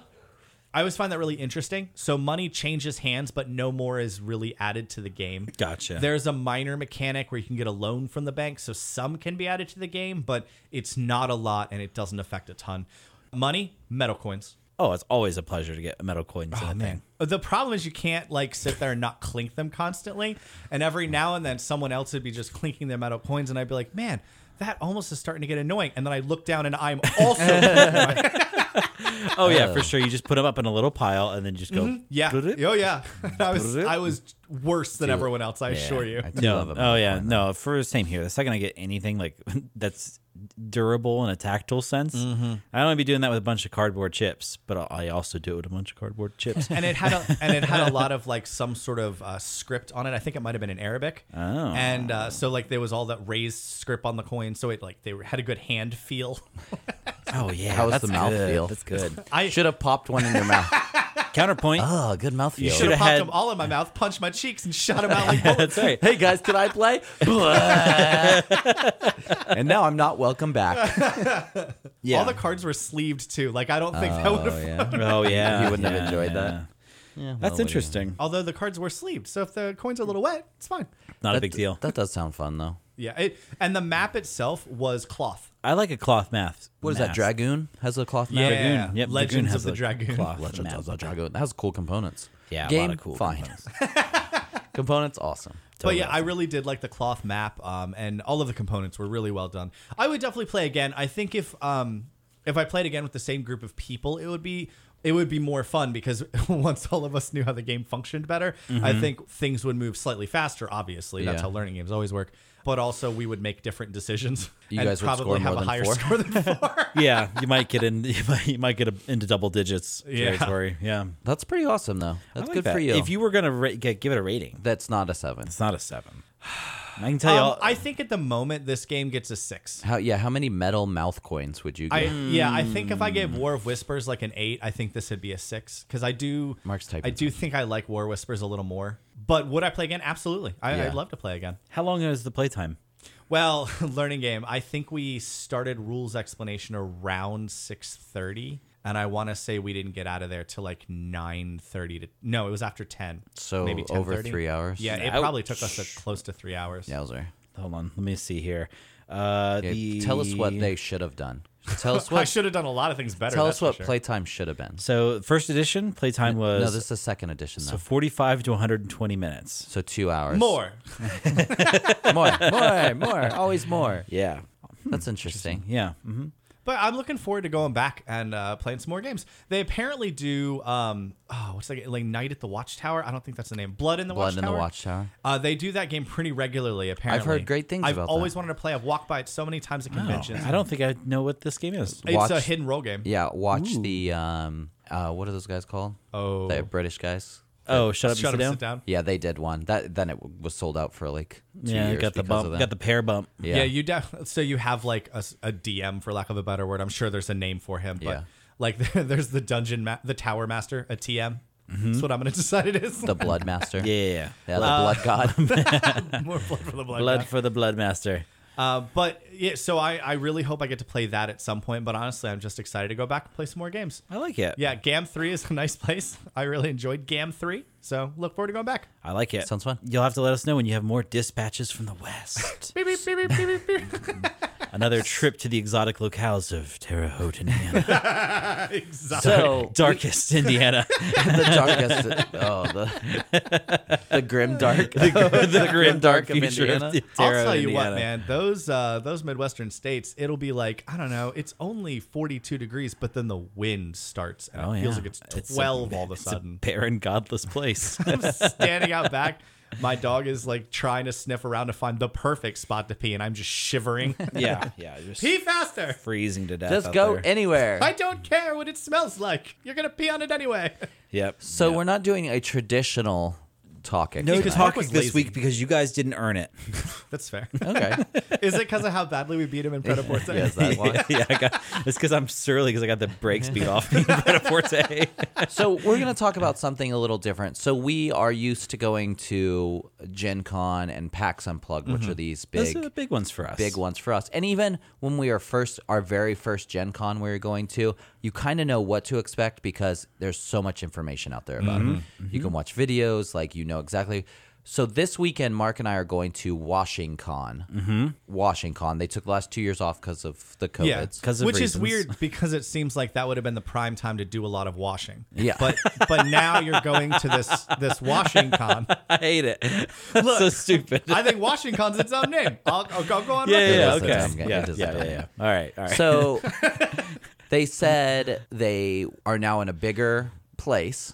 C: I always find that really interesting. So money changes hands, but no more is really added to the game.
B: Gotcha.
C: There's a minor mechanic where you can get a loan from the bank, so some can be added to the game, but it's not a lot and it doesn't affect a ton. Money, metal coins.
B: oh, it's always a pleasure to get metal coins
C: Oh,
B: in a thing.
C: The problem is you can't like sit there and not clink them constantly. And every now and then someone else would be just clinking their metal coins and I'd be like, man, that almost is starting to get annoying. And then I look down and I'm also
B: Oh yeah, for sure. You just put them up in a little pile and then just go.
C: Yeah.
B: "Bloop."
C: Oh yeah. I was
B: Bloop.
C: I was worse than everyone else. I assure you.
A: I do
B: No.
A: love it.
B: Oh yeah. No. For same here. The second I get anything like that's durable in a tactile sense,
C: Mm-hmm.
B: I don't want to be doing that with a bunch of cardboard chips, but I- I also do it with a bunch of cardboard chips.
C: and it had a, and it had a lot of like some sort of uh, script on it. I think it might have been in Arabic. Oh. And uh, so like there was all that raised script on the coin, so it like they had a good hand feel.
B: oh yeah.
A: How was
B: that's
A: the mouth
B: good.
A: feel?
B: That's good.
C: I
A: Should have popped one in your mouth.
B: Counterpoint.
A: Oh, good mouth feel.
C: should
B: should've
C: have popped
B: had-
C: them all in my mouth, punched my cheeks, and shot them out like bullets.
B: that's right.
A: Hey guys, can I play? and now I'm not welcome back.
B: Yeah.
C: All the cards were sleeved too. Like I don't think that would have.
B: oh yeah.
A: You wouldn't have
B: Yeah,
A: enjoyed that.
B: yeah. That's interesting.
C: Although the cards were sleeved, so if the coin's a little wet, it's fine.
B: Not
A: That-
B: a big deal.
A: That does sound fun though.
C: Yeah. It, and the map itself was cloth.
B: I like a cloth math.
A: What is that?
B: mask.
A: Dragoon has a cloth map.
C: Yeah.
B: Dragoon. Yep,
C: Legends
B: Dragoon
C: of
B: has
C: the
B: a
C: Dragoon.
B: cloth
A: Legends
B: map.
A: of the Dragoon. That has cool components.
B: Yeah, a lot
A: Game
B: of cool
A: fine.
B: components.
A: components awesome.
C: But
B: Totally
C: yeah, I really did like the cloth map, um, and all of the components were really well done. I would definitely play again. I think if um, if I played again with the same group of people, it would be it would be more fun because once all of us knew how the game functioned better, I think things would move slightly faster. Obviously, that's
A: Mm-hmm. Yeah.
C: how learning games always work. But also, we would make different decisions
A: You
C: and
A: guys would score
C: probably
A: more
C: have a
A: than
C: higher
A: four.
C: score than four.
B: yeah, you might get in. You might, you might get a, into double digits
C: Yeah.
B: territory. Yeah,
A: That's pretty awesome though.
B: I
A: That's
B: like
A: good
B: that.
A: for you.
B: If you were gonna ra- get, give it a rating,
A: that's not a seven.
B: it's not a seven. I can tell you,
C: um,
B: all,
C: I think at the moment this game gets a six.
A: How yeah? How many metal mouth coins would you get?
C: I yeah, I think if I
A: Hmm.
C: gave War of Whispers like an eight, I think this would be a six because I do.
A: Mark's typing
C: I do think I like War Whispers a little more. But would I play again? Absolutely. I,
A: Yeah.
C: I'd love to play again.
B: how long is the playtime?
C: Well, learning game. I think we started rules explanation around six thirty, and I want to say we didn't get out of there till like nine thirty. To no, it was after ten.
A: So over
C: 10:30.
A: three hours.
C: Yeah, it
B: Ouch.
C: probably took us a, close to three hours.
A: Yowzer.
B: Hold on, let me see here. Uh,
A: Yeah,
B: the,
A: Tell us what they should have done. Tell us
C: I
A: what.
C: should have done a lot of things better.
A: tell
C: that's
A: us
C: for
A: what
C: sure.
A: playtime should have been.
B: So first edition playtime was
A: no, this is the second edition though.
B: so forty-five to one hundred and twenty minutes.
A: So two hours.
C: more.
A: more, more, more. Always more.
B: Yeah,
A: That's interesting.
B: yeah. hmm
C: But I'm looking forward to going back and uh, playing some more games. They apparently do. Um, oh, what's that? Like Night at the Watchtower. I don't think that's the name. Blood in the
A: Blood in
C: Watchtower.
A: the Watchtower.
C: Uh, they do that game pretty regularly. Apparently,
A: heard great things
C: I've
A: about
C: always
A: that.
C: wanted to play. I've walked by it so many times at conventions.
B: Oh. I don't think I know what this game is.
C: It's a
A: Watch-
C: hidden role game.
A: Yeah, watch the um. Uh, what are those guys called?
C: Oh.
A: the British guys.
B: Oh, shut up,
C: Shut
B: and
C: up,
B: sit
C: sit down.
A: Yeah, they did one. That then it w- was sold out for like two
B: Yeah,
A: years
B: got the
A: because of
B: bump,
A: them.
B: got the pair bump.
A: yeah.
C: Yeah, you definitely. So you have like a, s- a DM, for lack of a better word. I'm sure there's a name for him, but
A: Yeah.
C: like there's the dungeon, ma- the tower master, a TM.
A: Mm-hmm.
C: That's what I'm gonna decide it is.
A: the Blood Master.
B: Yeah, yeah, yeah.
A: Yeah, the Blood God.
C: More blood for the blood.
B: Blood
C: bath.
B: for the Blood Master.
C: Uh, but yeah, so I, I really hope I get to play that at some point. But honestly, I'm just excited to go back and play some more games.
B: I like it.
C: Yeah, Gam 3 is a nice place. I really enjoyed Gam 3. So look forward to going back.
B: I like it.
A: Sounds fun.
B: You'll have to let us know when you have more dispatches from the West.
C: Beep, beep, beep, beep, beep, beep, beep.
B: Another trip to the exotic locales of Terre Haute, Indiana.
C: Exotic.
A: So
B: Darkest Indiana.
A: the darkest. Oh, the the grim dark. The, grim dark of
B: future
A: Indiana.
B: Terre
C: I'll
B: Haute,
C: tell you what,
B: Indiana.
C: man. Those uh, those Midwestern states, it'll be like I don't know. It's only 42 degrees, but then the wind starts and
B: Oh,
C: it feels
B: yeah.
C: like it's
B: It's a-
C: 12 all of a
B: It's a
C: sudden.
B: barren, godless place.
C: I'm standing out back. My dog is like trying to sniff around to find the perfect spot to pee, and I'm just shivering.
B: yeah, yeah. Just
C: pee faster.
B: freezing to death.
A: Just
B: out
A: go
B: there.
A: anywhere.
C: I don't care what it smells like. You're gonna pee on it anyway.
B: Yep.
A: So we're not doing a traditional talking.
B: no
A: tonight.
C: Mark was
B: talking this
C: lazy.
B: week because you guys didn't earn it.
C: That's fair.
A: Okay.
C: Is it because of how badly we beat him in Predator Forte?
A: yes, that one.
B: yeah, I got, it's because I'm surly because I got the brakes beat off me. Greta Forte.
A: So we're going to talk about something a little different. So we are used to going to Gen Con and PAX Unplugged, which are these
B: Those are the
A: big
B: big ones for us.
A: big ones for us. And even when we are first our very first Gen Con we were going to, you kind of know what to expect because there's so much information out there about it. You can watch videos, like you know exactly. So this weekend, Mark and I are going to Washing Con. Mm-hmm. Washing Con. They took the last two years off because of the COVID.
C: Yeah,
B: 'cause of
C: which is
B: reasons.
C: weird because it seems like that would have been the prime time to do a lot of washing.
A: Yeah.
C: but but now you're going to this this washing con.
B: I hate it. Look, so stupid.
C: I think washing con's its own name. I'll, I'll, I'll go on
B: yeah,
C: record.
B: yeah,
A: It is the
B: okay.
A: dumb game.
B: Yeah,
A: It is the
B: yeah,
A: dumb
B: yeah, yeah. All right, all right.
A: So They said they are now in a bigger place,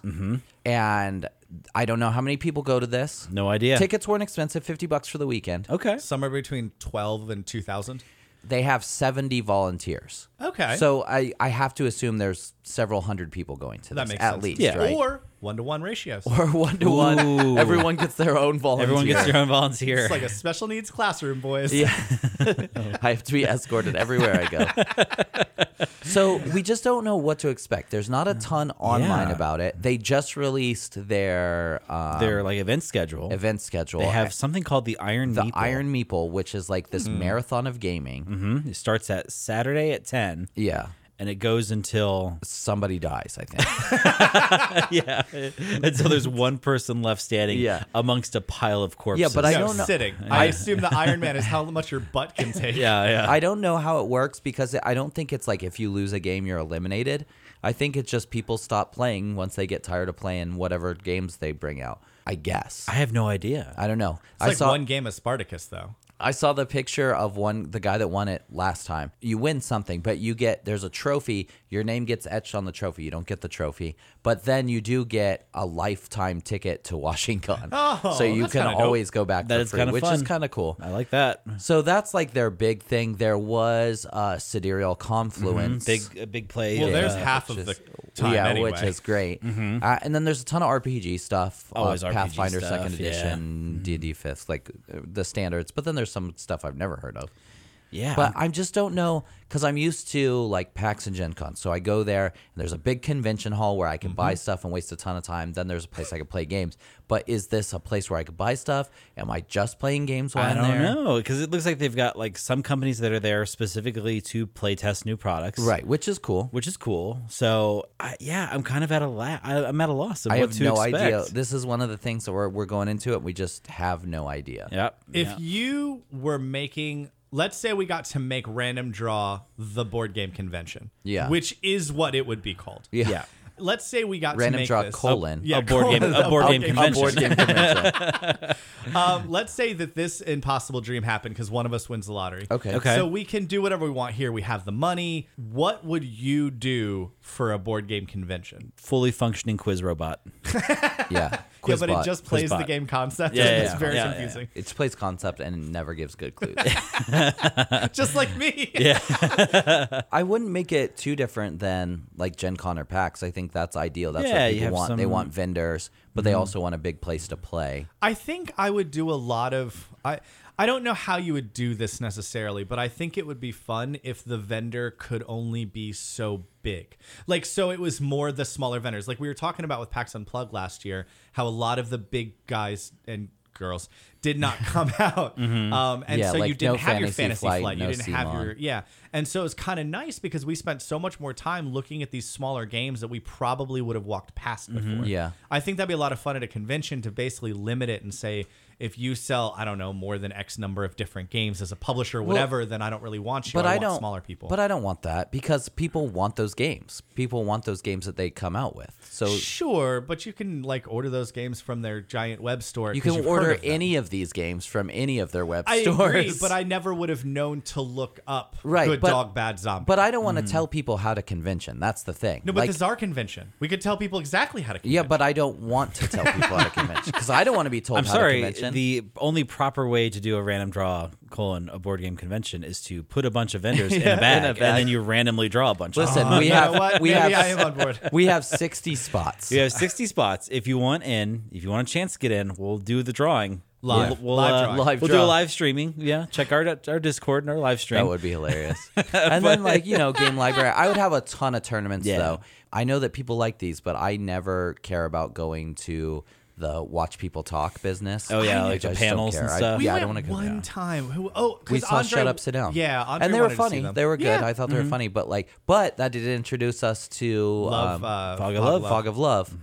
A: and I don't know how many people go to this.
B: Mm-hmm. No idea. Oh.
A: Tickets weren't expensive, fifty bucks for the weekend.
B: okay.
C: Somewhere between 12 and 2,000.
A: They have seventy volunteers.
C: Okay.
A: So I, I have to assume there's several hundred people going to
C: that
A: this
C: makes
A: at
C: sense.
A: least,
B: Yeah.
A: right?
C: Or one to one ratios.
A: Or one to one.
B: Ooh.
A: Everyone gets their own volunteer.
B: Everyone gets their own volunteer.
C: it's like a special needs classroom, boys.
A: Yeah. I have to be escorted everywhere I go. so we just don't know what to expect. There's not a ton online
B: Yeah.
A: about it. They just released their uh,
B: Their like event schedule.
A: event schedule.
B: They have something called the Iron
A: the
B: Meeple. Mm-hmm.
A: Iron Meeple, which is like this marathon of gaming.
B: Mhm. It starts at Saturday at ten,
A: Yeah.
B: and it goes until
A: Somebody dies, I think.
B: yeah, until there's one person left standing
A: Yeah.
B: amongst a pile of corpses.
A: Yeah, but I
C: No,
A: don't know-
C: sitting. I assume the Iron Man is how much your butt can take.
B: yeah, yeah.
A: I don't know how it works because I don't think it's like if you lose a game, you're eliminated. I think it's just people stop playing once they get tired of playing whatever games they bring out. I guess.
B: I have no idea.
A: I don't know.
C: It's
A: I
C: like
A: saw
C: one game of Spartacus, though.
A: I saw the picture of one the guy that won it last time. You win something, but you get there's a trophy. Your name gets etched on the trophy. You don't get the trophy, but then you do get a lifetime ticket to Washington.
C: Oh,
A: so you
C: that's
A: can
C: kinda dope.
A: always go back
B: That
A: for
B: is
A: free,
B: kinda
A: which is
B: fun.
A: kind of cool.
B: I like that.
A: So that's like their big thing. There was uh, sidereal confluence.
B: Mm-hmm. Big, a big play.
C: Well, there's
B: uh,
C: half
A: which
C: of the
A: is-
C: time
A: yeah,
C: anyway.
A: which is great. Uh, and then there's a ton of RPG stuff.
B: Mm-hmm.
A: uh,
B: Always RPG
A: Pathfinder
B: stuff,
A: Second
B: yeah. Mm-hmm.
A: Edition, D&D Fifth, like uh, the standards. But then there's some stuff I've never heard of.
B: yeah.
A: But I just don't know because I'm used to like PAX and Gen Con. So I go there and there's a big convention hall where I can
B: Mm-hmm.
A: buy stuff and waste a ton of time. Then there's a place I can play games. But is this a place where I could buy stuff? Am I just playing games while
B: I
A: am
B: don't
A: there?
B: know because it looks like they've got like some companies that are there specifically to play test new products,
A: Right, which is cool.
B: Which is cool. So I, yeah, I'm kind of at a la- I, I'm at a loss of
A: I
B: what
A: have
B: to
A: no
B: expect.
A: idea. This is one of the things that we're, we're going into it. We just have no idea.
B: Yep.
C: If
B: yeah.
C: you were making, let's say we got to make Random Draw the board game convention,
A: Yeah.
C: which is what it would be called.
A: Yeah.
B: yeah.
C: Let's say we got to
A: Random
C: make
A: draw
C: this-
A: colon.
C: yeah,
B: A board game-
C: colon,
B: a board game
A: A board game convention.
C: Um, let's say that this impossible dream happened because one of us wins the lottery.
A: Okay.
B: Okay.
C: So we can do whatever we want here. We have the money. What would you do for a board game convention?
B: fully functioning quiz robot.
A: Yeah.
C: yeah, but
A: Quizbot.
C: it just plays the
B: Quizbot.
C: game concept.
B: Yeah,
C: and
B: yeah,
C: it's
B: yeah.
C: very
B: Yeah, yeah,
C: confusing.
A: it just plays concept and never gives good clues.
C: Just like me.
A: I wouldn't make it too different than like Gen Con or PAX. I think that's ideal. That's
B: Yeah,
A: what
B: you
A: people
B: have
A: want. They
B: some-
A: want vendors, but
C: Mhm.
A: they also want a big place to play.
C: I think I would do a lot of I I don't know how you would do this necessarily, but I think it would be fun if the vendor could only be so big. Like so it was more the smaller vendors. Like we were talking about with PAX Unplugged last year, how a lot of the big guys and girls did not come out. Um and
A: Mm-hmm. Yeah,
C: so you
A: like,
C: didn't
A: no
C: have your
A: Fantasy
C: fantasy flight,
A: Flight,
C: you
A: no
C: didn't have your
A: Simon.
C: yeah. And so it's kind of nice because we spent so much more time looking at these smaller games that we probably would have walked past before.
A: Yeah.
C: I think that'd be a lot of fun at a convention to basically limit it and say, if you sell, I don't know, more than X number of different games as a publisher, or whatever, then I don't really want you.
A: But I,
C: want
A: don't
C: smaller people.
A: But I don't want that because people want those games. People want those games that they come out with. So
C: sure, but you can like order those games from their giant web store.
A: you
C: 'cause
A: can
C: you've heard
A: order
C: of them.
A: any of these games from any of their web
C: I
A: stores.
C: agree, but I never would have known to look up
A: Right,
C: good
A: but-
C: dog, bad zombie.
A: But I don't want to tell people how to convention. That's the thing.
C: Hmm. no, but
A: Like,
C: this is our convention. We could tell people exactly how to.
A: yeah,
C: Convention.
A: but I don't want to tell people how to convention because I don't want to be told
B: I'm
A: how to
B: sorry.
A: convention.
B: The only proper way to do a random draw colon a board game convention is to put a bunch of vendors in, a bag, and then you randomly draw a bunch. of
A: Listen,
B: them.
A: we
C: you
A: have
C: know Uh, what?
A: we
C: Maybe
A: have
C: I am on board.
A: we have sixty spots.
B: you have 60 spots. If you want in, if you want a chance to get in, we'll do the drawing
C: Live.
B: We'll, we'll,
C: Live
B: uh,
C: drawing.
A: Live
B: we'll do
A: draw.
B: a live streaming. Yeah, check our our Discord and our live stream.
A: That would be hilarious. and then like you know game library. I would have a ton of tournaments
B: Yeah.
A: though. I know that people like these, but I never care about going to the watch people talk business.
B: Oh, yeah,
A: I
B: like the
A: just don't
B: panels and
A: care. I-
B: stuff.
C: We
A: yeah, I
C: went
A: don't want to go.
C: one
A: yeah.
C: time. Who? Oh, 'cause
A: We saw
C: Andre-
A: Shut Up, Sit Down.
C: Yeah, Andre
A: and they were
C: wanted to see
A: funny.
C: them.
A: They were good.
C: Yeah.
A: I thought
B: Mm-hmm.
A: they were funny, but like, but that did introduce us to um,
C: Love, uh,
B: Fog of
A: Love,
B: Love.
A: Fog of Love,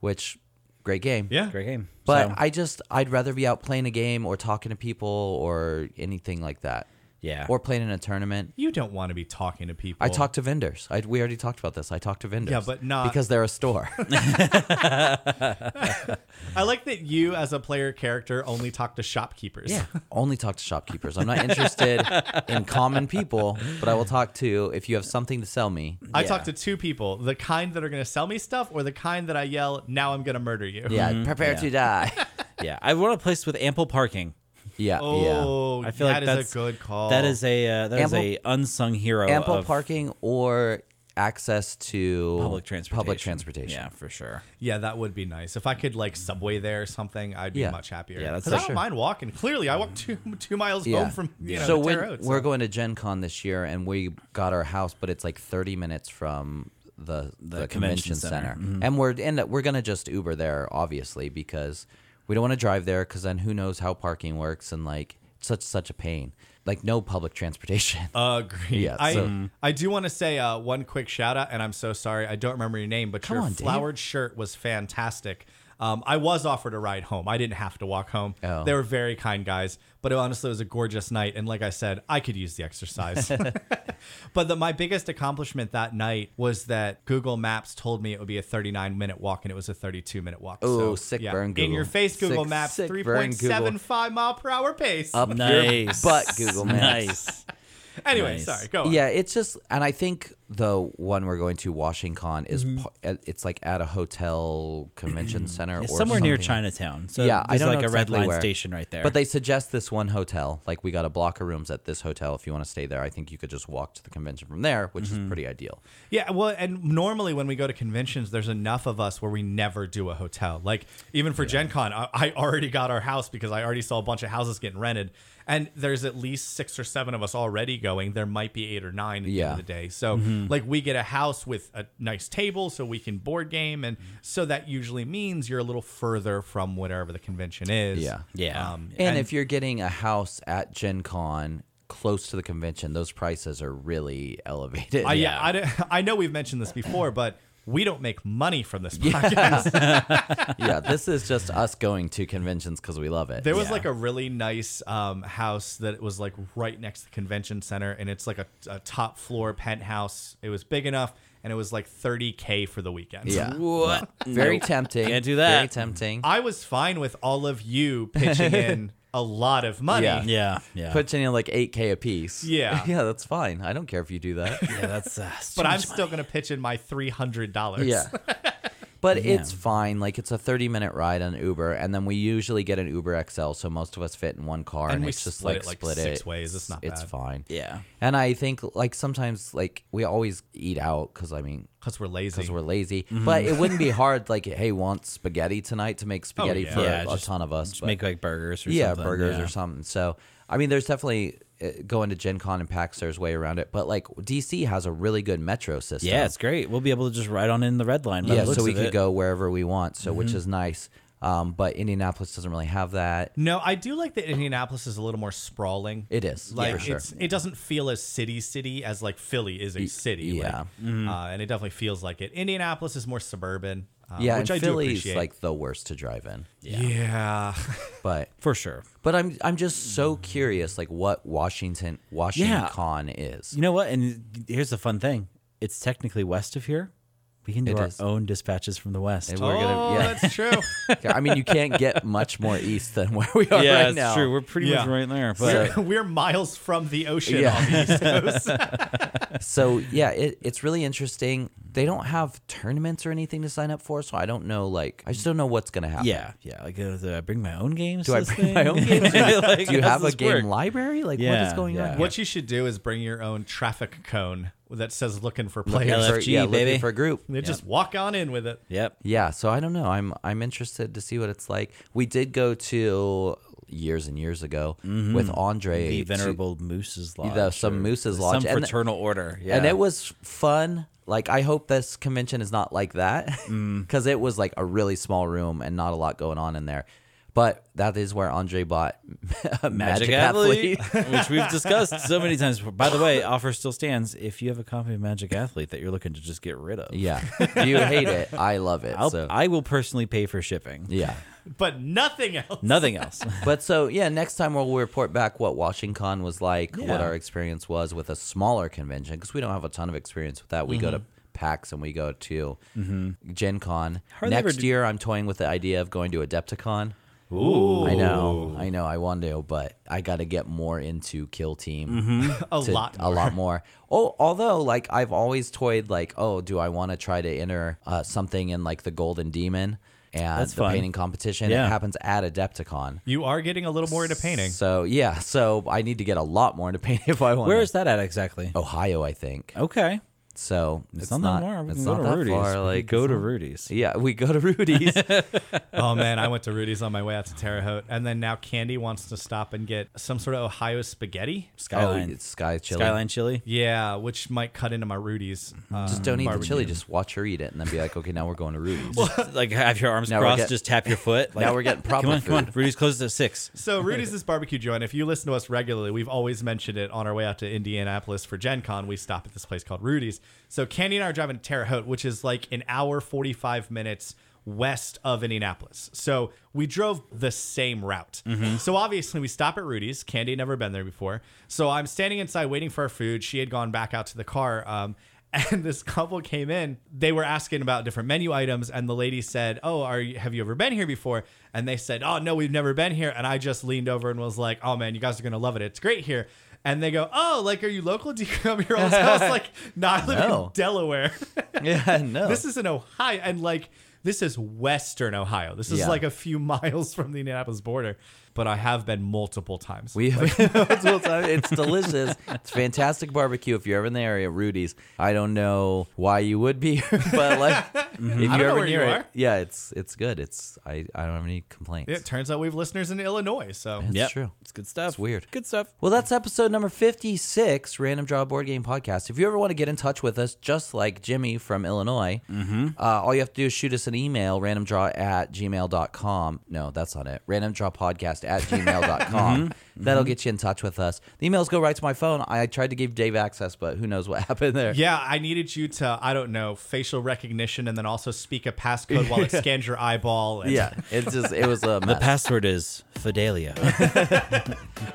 A: which great game.
C: Yeah,
B: Great game.
A: But
B: Mm-hmm. So,
A: I just I'd rather be out playing a game or talking to people or anything like that.
B: Yeah.
A: or played in a tournament.
C: You don't want to be talking to people.
A: I talk to vendors. I, we already talked about this. I talk to vendors.
C: Yeah, but not-
A: because they're a store.
C: I like that you, as a player character, only talk to shopkeepers.
A: yeah, only talk to shopkeepers. I'm not interested in common people, but I will talk to if you have something to sell me.
C: I
B: Yeah.
C: talk to two people: the kind that are going to sell me stuff, or the kind that I yell, "Now I'm going to murder you."
A: Yeah, prepare to die.
B: yeah. I want a place with ample parking.
A: Yeah, yeah.
C: Oh,
B: I feel like
C: that is
B: that's
C: a good call.
B: That is a uh, that is
A: Ample-
B: a unsung hero.
A: Ample
B: of
A: parking or access to
B: public transportation.
A: Public transportation.
B: Yeah, for sure.
C: Yeah, that would be nice. If I could like subway there or something, I'd be
A: Yeah.
C: much happier.
B: Yeah, that's
C: 'Cause
B: for
C: I don't
A: sure.
C: mind walking. Clearly, I walk two two miles home from you know
A: so
C: the
A: when
C: road, so-
A: we're going to Gen Con this year, and we got our house, but it's like 30 minutes from the the, convention,
B: convention
A: center,
B: center.
A: and we're end up we're gonna just Uber there, obviously, because we don't want to drive there, because then who knows how parking works, and like it's such such a pain, like no public transportation.
C: Agreed.
A: Yeah,
C: I
A: so-
C: I do want to say uh, one quick shout out, and I'm so sorry I don't remember your name, but your
A: on, Dave.
C: flowered shirt was fantastic. Um, I was offered a ride home. I didn't have to walk home.
A: Oh.
C: They were very kind guys, but it honestly was a gorgeous night. And like I said, I could use the exercise. but the, my biggest accomplishment that night was that Google Maps told me it would be a 39 minute walk, and it was a 32 minute walk.
A: Ooh,
C: so,
A: sick burn,
C: In
A: Google.
C: your face,
A: Sick-
C: Google Maps,
A: sick burn, Google.
C: 3.75 mile per hour pace.
A: Up your
B: Nice.
A: butt, Google Maps.
B: Nice.
C: anyway,
B: nice.
C: sorry, go on.
A: Yeah, it's just, and I think the one we're going to Washington Con is par- it's like at a hotel convention center or
B: It's somewhere near
A: something.
B: Chinatown. So
A: yeah, I
B: there's
A: don't
B: like
A: know
B: a red
A: exactly
B: line
A: where.
B: station right there.
A: But they suggest this one hotel. Like we got a block of rooms at this hotel. If you want to stay there, I think you could just walk to the convention from there, which is pretty ideal.
C: Yeah, well, and normally when we go to conventions, there's enough of us where we never do a hotel. Like even for Gen Con, I, I already got our house because I already saw a bunch of houses getting rented, and there's at least six or seven of us already going. There might be eight or nine at the
A: Yeah. Mm-hmm.
C: end of the day. So like we get a house with a nice table so we can board game, and so that usually means you're a little further from whatever the convention is. Um,
A: Yeah.
B: Yeah.
A: And, if you're getting a house at Gen Con close to the convention, those prices are really elevated.
C: I, Uh, yeah, I, don't- I know we've mentioned this before, but. We don't make money from this podcast.
A: yeah, this is just us going to conventions because we love it.
C: There was
B: Yeah.
C: like a really nice um, house that was like right next to the convention center, and it's like a, a top floor penthouse. It was big enough, and it was like 30k for the weekend.
A: yeah.
B: what?
A: Very tempting.
B: Can't do
A: Very
B: that.
A: tempting.
C: I was fine with all of you pitching in a lot of money.
A: Yeah.
B: Yeah. Yeah.
A: Put in like 8K a piece.
C: Yeah.
A: Yeah, that's fine. I don't care if you do that.
B: yeah, that's uh,
C: But I'm still gonna pitch in my three hundred dollars.
A: Yeah. But it's fine. Like it's a thirty-minute ride on Uber, and then we usually get an Uber XL, so most of us fit in one car,
C: And
A: and,
C: we
A: it's just
C: split
A: like
C: it, like,
A: split
C: six
A: it.
C: ways. It's not
A: It's
C: bad.
A: fine.
B: Yeah.
A: And I think like sometimes like we always eat out because I mean
C: because we're lazy.
A: because we're lazy,
B: Mm-hmm.
A: but it wouldn't be hard. Like hey, want spaghetti tonight to make spaghetti
C: Oh, yeah.
A: for
B: Yeah,
A: a
B: just-
A: ton of us.
B: Just
A: but-
B: make like burgers or
A: yeah,
B: something.
A: burgers or something. So, I mean, there's definitely uh, going to Gen Con and PAX, there's way around it. But like DC has a really good metro system.
B: Yeah, it's great. We'll be able to just ride on in the red line. by
A: yeah,
B: the looks
A: so we
B: of
A: could
B: it. Mm-hmm.
A: go wherever we want, so which is nice. Um, but Indianapolis doesn't really have that.
C: no, I do like that Indianapolis is a little more sprawling.
A: It is
C: like
A: for sure.
C: it's it doesn't feel as city city as like Philly is a city.
A: yeah.
C: like, uh, and it definitely feels like it. Indianapolis is more suburban. Uh,
A: yeah,
C: which
A: and
C: I do
A: Philly's
C: appreciate.
A: like the worst to drive in.
C: yeah.
A: But
B: for sure.
A: but I'm I'm just so curious, like what Washington Washington Con is.
B: You know what? And here's the fun thing: it's technically west of here. We can do
A: It
B: our
A: is.
B: own dispatches from the west.
A: And
C: oh,
A: we're gonna yeah.
C: that's true.
A: I mean, you can't get much more east than where we are right
B: yeah, it's
A: now.
B: true. We're pretty
C: Yeah.
B: much right there. But
C: we're, we're miles from the ocean
A: Yeah.
C: on the East Coast.
A: So yeah, it, it's really interesting. They don't have tournaments or anything to sign up for, so I don't know. Like, I just don't know what's gonna happen.
B: yeah, yeah. Like, uh, do I bring my own games?
A: Do I bring my own games?
B: like,
A: Do you
B: how
A: have a
B: does this
A: game
B: work?
A: library? Like, what is
B: Yeah,
A: going on?
B: yeah.
A: here?
C: what you should do is bring your own traffic cone that says "looking for
A: Looking
C: players."
A: for-
B: LFG,
A: yeah, looking
B: baby.
A: for a group.
C: They just walk on in with it.
B: Yep.
A: Yeah, so I don't know. I'm I'm interested to see what it's like. We did go to years and years ago with Andre
B: Mm-hmm.
A: to-
B: The venerable Moose's Lodge.
A: some
B: or
A: Moose's Lodge,
B: Some
A: and-
B: fraternal order. Yeah.
A: and it was fun. Like I hope this
B: Mm.
A: convention is not like that because it was like a really small room and not a lot going on in there. But that is where Andre bought Magic,
B: Magic
A: Athlete.
B: Athlete, which we've discussed so many times. before. By the way, offer still stands. If you have a copy of Magic Athlete that you're looking to just get rid of,
A: yeah, you hate it. I love it.
B: I'll,
A: so
B: I will personally pay for shipping.
A: yeah.
C: but nothing else.
B: Nothing else.
A: But so yeah, next time we'll report back what WashingCon was like, what
B: Yeah.
A: our experience was with a smaller convention because we don't have a ton of experience with that. We go
B: Mm-hmm.
A: to PAX and we go to Gen Con.
B: Hardly ever
A: next
B: do-
A: year, I'm toying with the idea of going to Adepticon.
B: Ooh.
A: I know, I know, I want to, but I got to get more into Kill Team
B: Mm-hmm.
C: A
A: to-
C: lot.
A: a lot more. Oh, although like I've always toyed like, oh, do I want to try to enter uh, something in like the Golden Demon and
B: That's
A: the
B: fun.
A: painting competition?
B: Yeah.
A: It happens at Adepticon.
C: You are getting a little more into painting.
A: So yeah, so I need to get a lot more into painting if I want.
B: Where is that at exactly?
A: Ohio? I think.
B: Okay.
A: So Oh, it's,
B: Oh. It's, not, that far. We
A: It's
B: can go
A: not
B: to
A: that
B: Rudy's.
A: far.
B: we
A: Like
B: could go to
A: it's not-
B: Rudy's.
A: Yeah, we go to Rudy's.
C: oh man, I went to Rudy's on my way out to Terre Haute, and then now Candy wants to stop and get some sort of Ohio spaghetti.
B: Skyline.
A: Oh, it's Sky Chili.
B: Skyline Chili.
C: Yeah, which might cut into my Rudy's. Uh,
A: Just
B: um,
A: don't eat the chili.
C: barbecue.
A: Just watch her eat it, and then be like, okay, now we're going to Rudy's.
B: Just, like have your arms
A: Now we're
B: crossed,
A: get-
B: just tap your foot. Like,
A: now we're getting proper
B: Come on, come on.
A: food.
B: Rudy's closes at six.
C: So Rudy's is barbecue joint. If you listen to us regularly, we've always mentioned it on our way out to Indianapolis for Gen Con. We stop at this place called Rudy's. So Candy and I are driving to Terre Haute, which is like an hour, 45 minutes west of Indianapolis. So we drove the same route. So obviously we stop at Rudy's. Candy had never been there before. So I'm standing inside waiting for our food. She had gone back out to the car. Um, and this couple came in. They were asking about different menu items, and the lady said, "Oh, are you, have you ever been here before?" And they said, "Oh, no, we've never been here." And I just leaned over and was like, "Oh man, you guys are gonna love it. It's great here." And they go, "Oh, like are you local? Do you come here all the time?" I was like, "No, I live in
A: No. Oh.
C: Delaware.
A: yeah, no.
C: this is in Ohio, and like." This is Western Ohio. This is
A: Yeah.
C: like a few miles from the Indianapolis border, but I have been multiple times.
A: We have multiple times. It's delicious. It's fantastic barbecue. If you're ever in the area, Rudy's. I don't know why you would be, but like, if
C: know
A: you're ever
C: where you
A: near it,
C: are.
A: yeah, it's it's good. It's I I don't have any complaints.
C: it turns out we have listeners in Illinois, so
A: It's
B: Yep.
A: true.
B: It's good stuff. It's
A: weird.
B: Good stuff.
A: Well, that's episode number 56, Random Draw Board Game Podcast. If you ever want to get in touch with us, just like Jimmy from Illinois, uh, all you have to do is shoot us an email, randomdraw at gmail.com. No, that's not it. Randomdrawpodcast at gmail.com. That'll get you in touch with us. The emails go right to my phone. I tried to give Dave access, but who knows what happened there.
C: Yeah, I needed you to, I don't know, facial recognition and then also speak a passcode while it scans your eyeball. And
A: Yeah, it's just, it was a mess.
B: Password is Fidelia.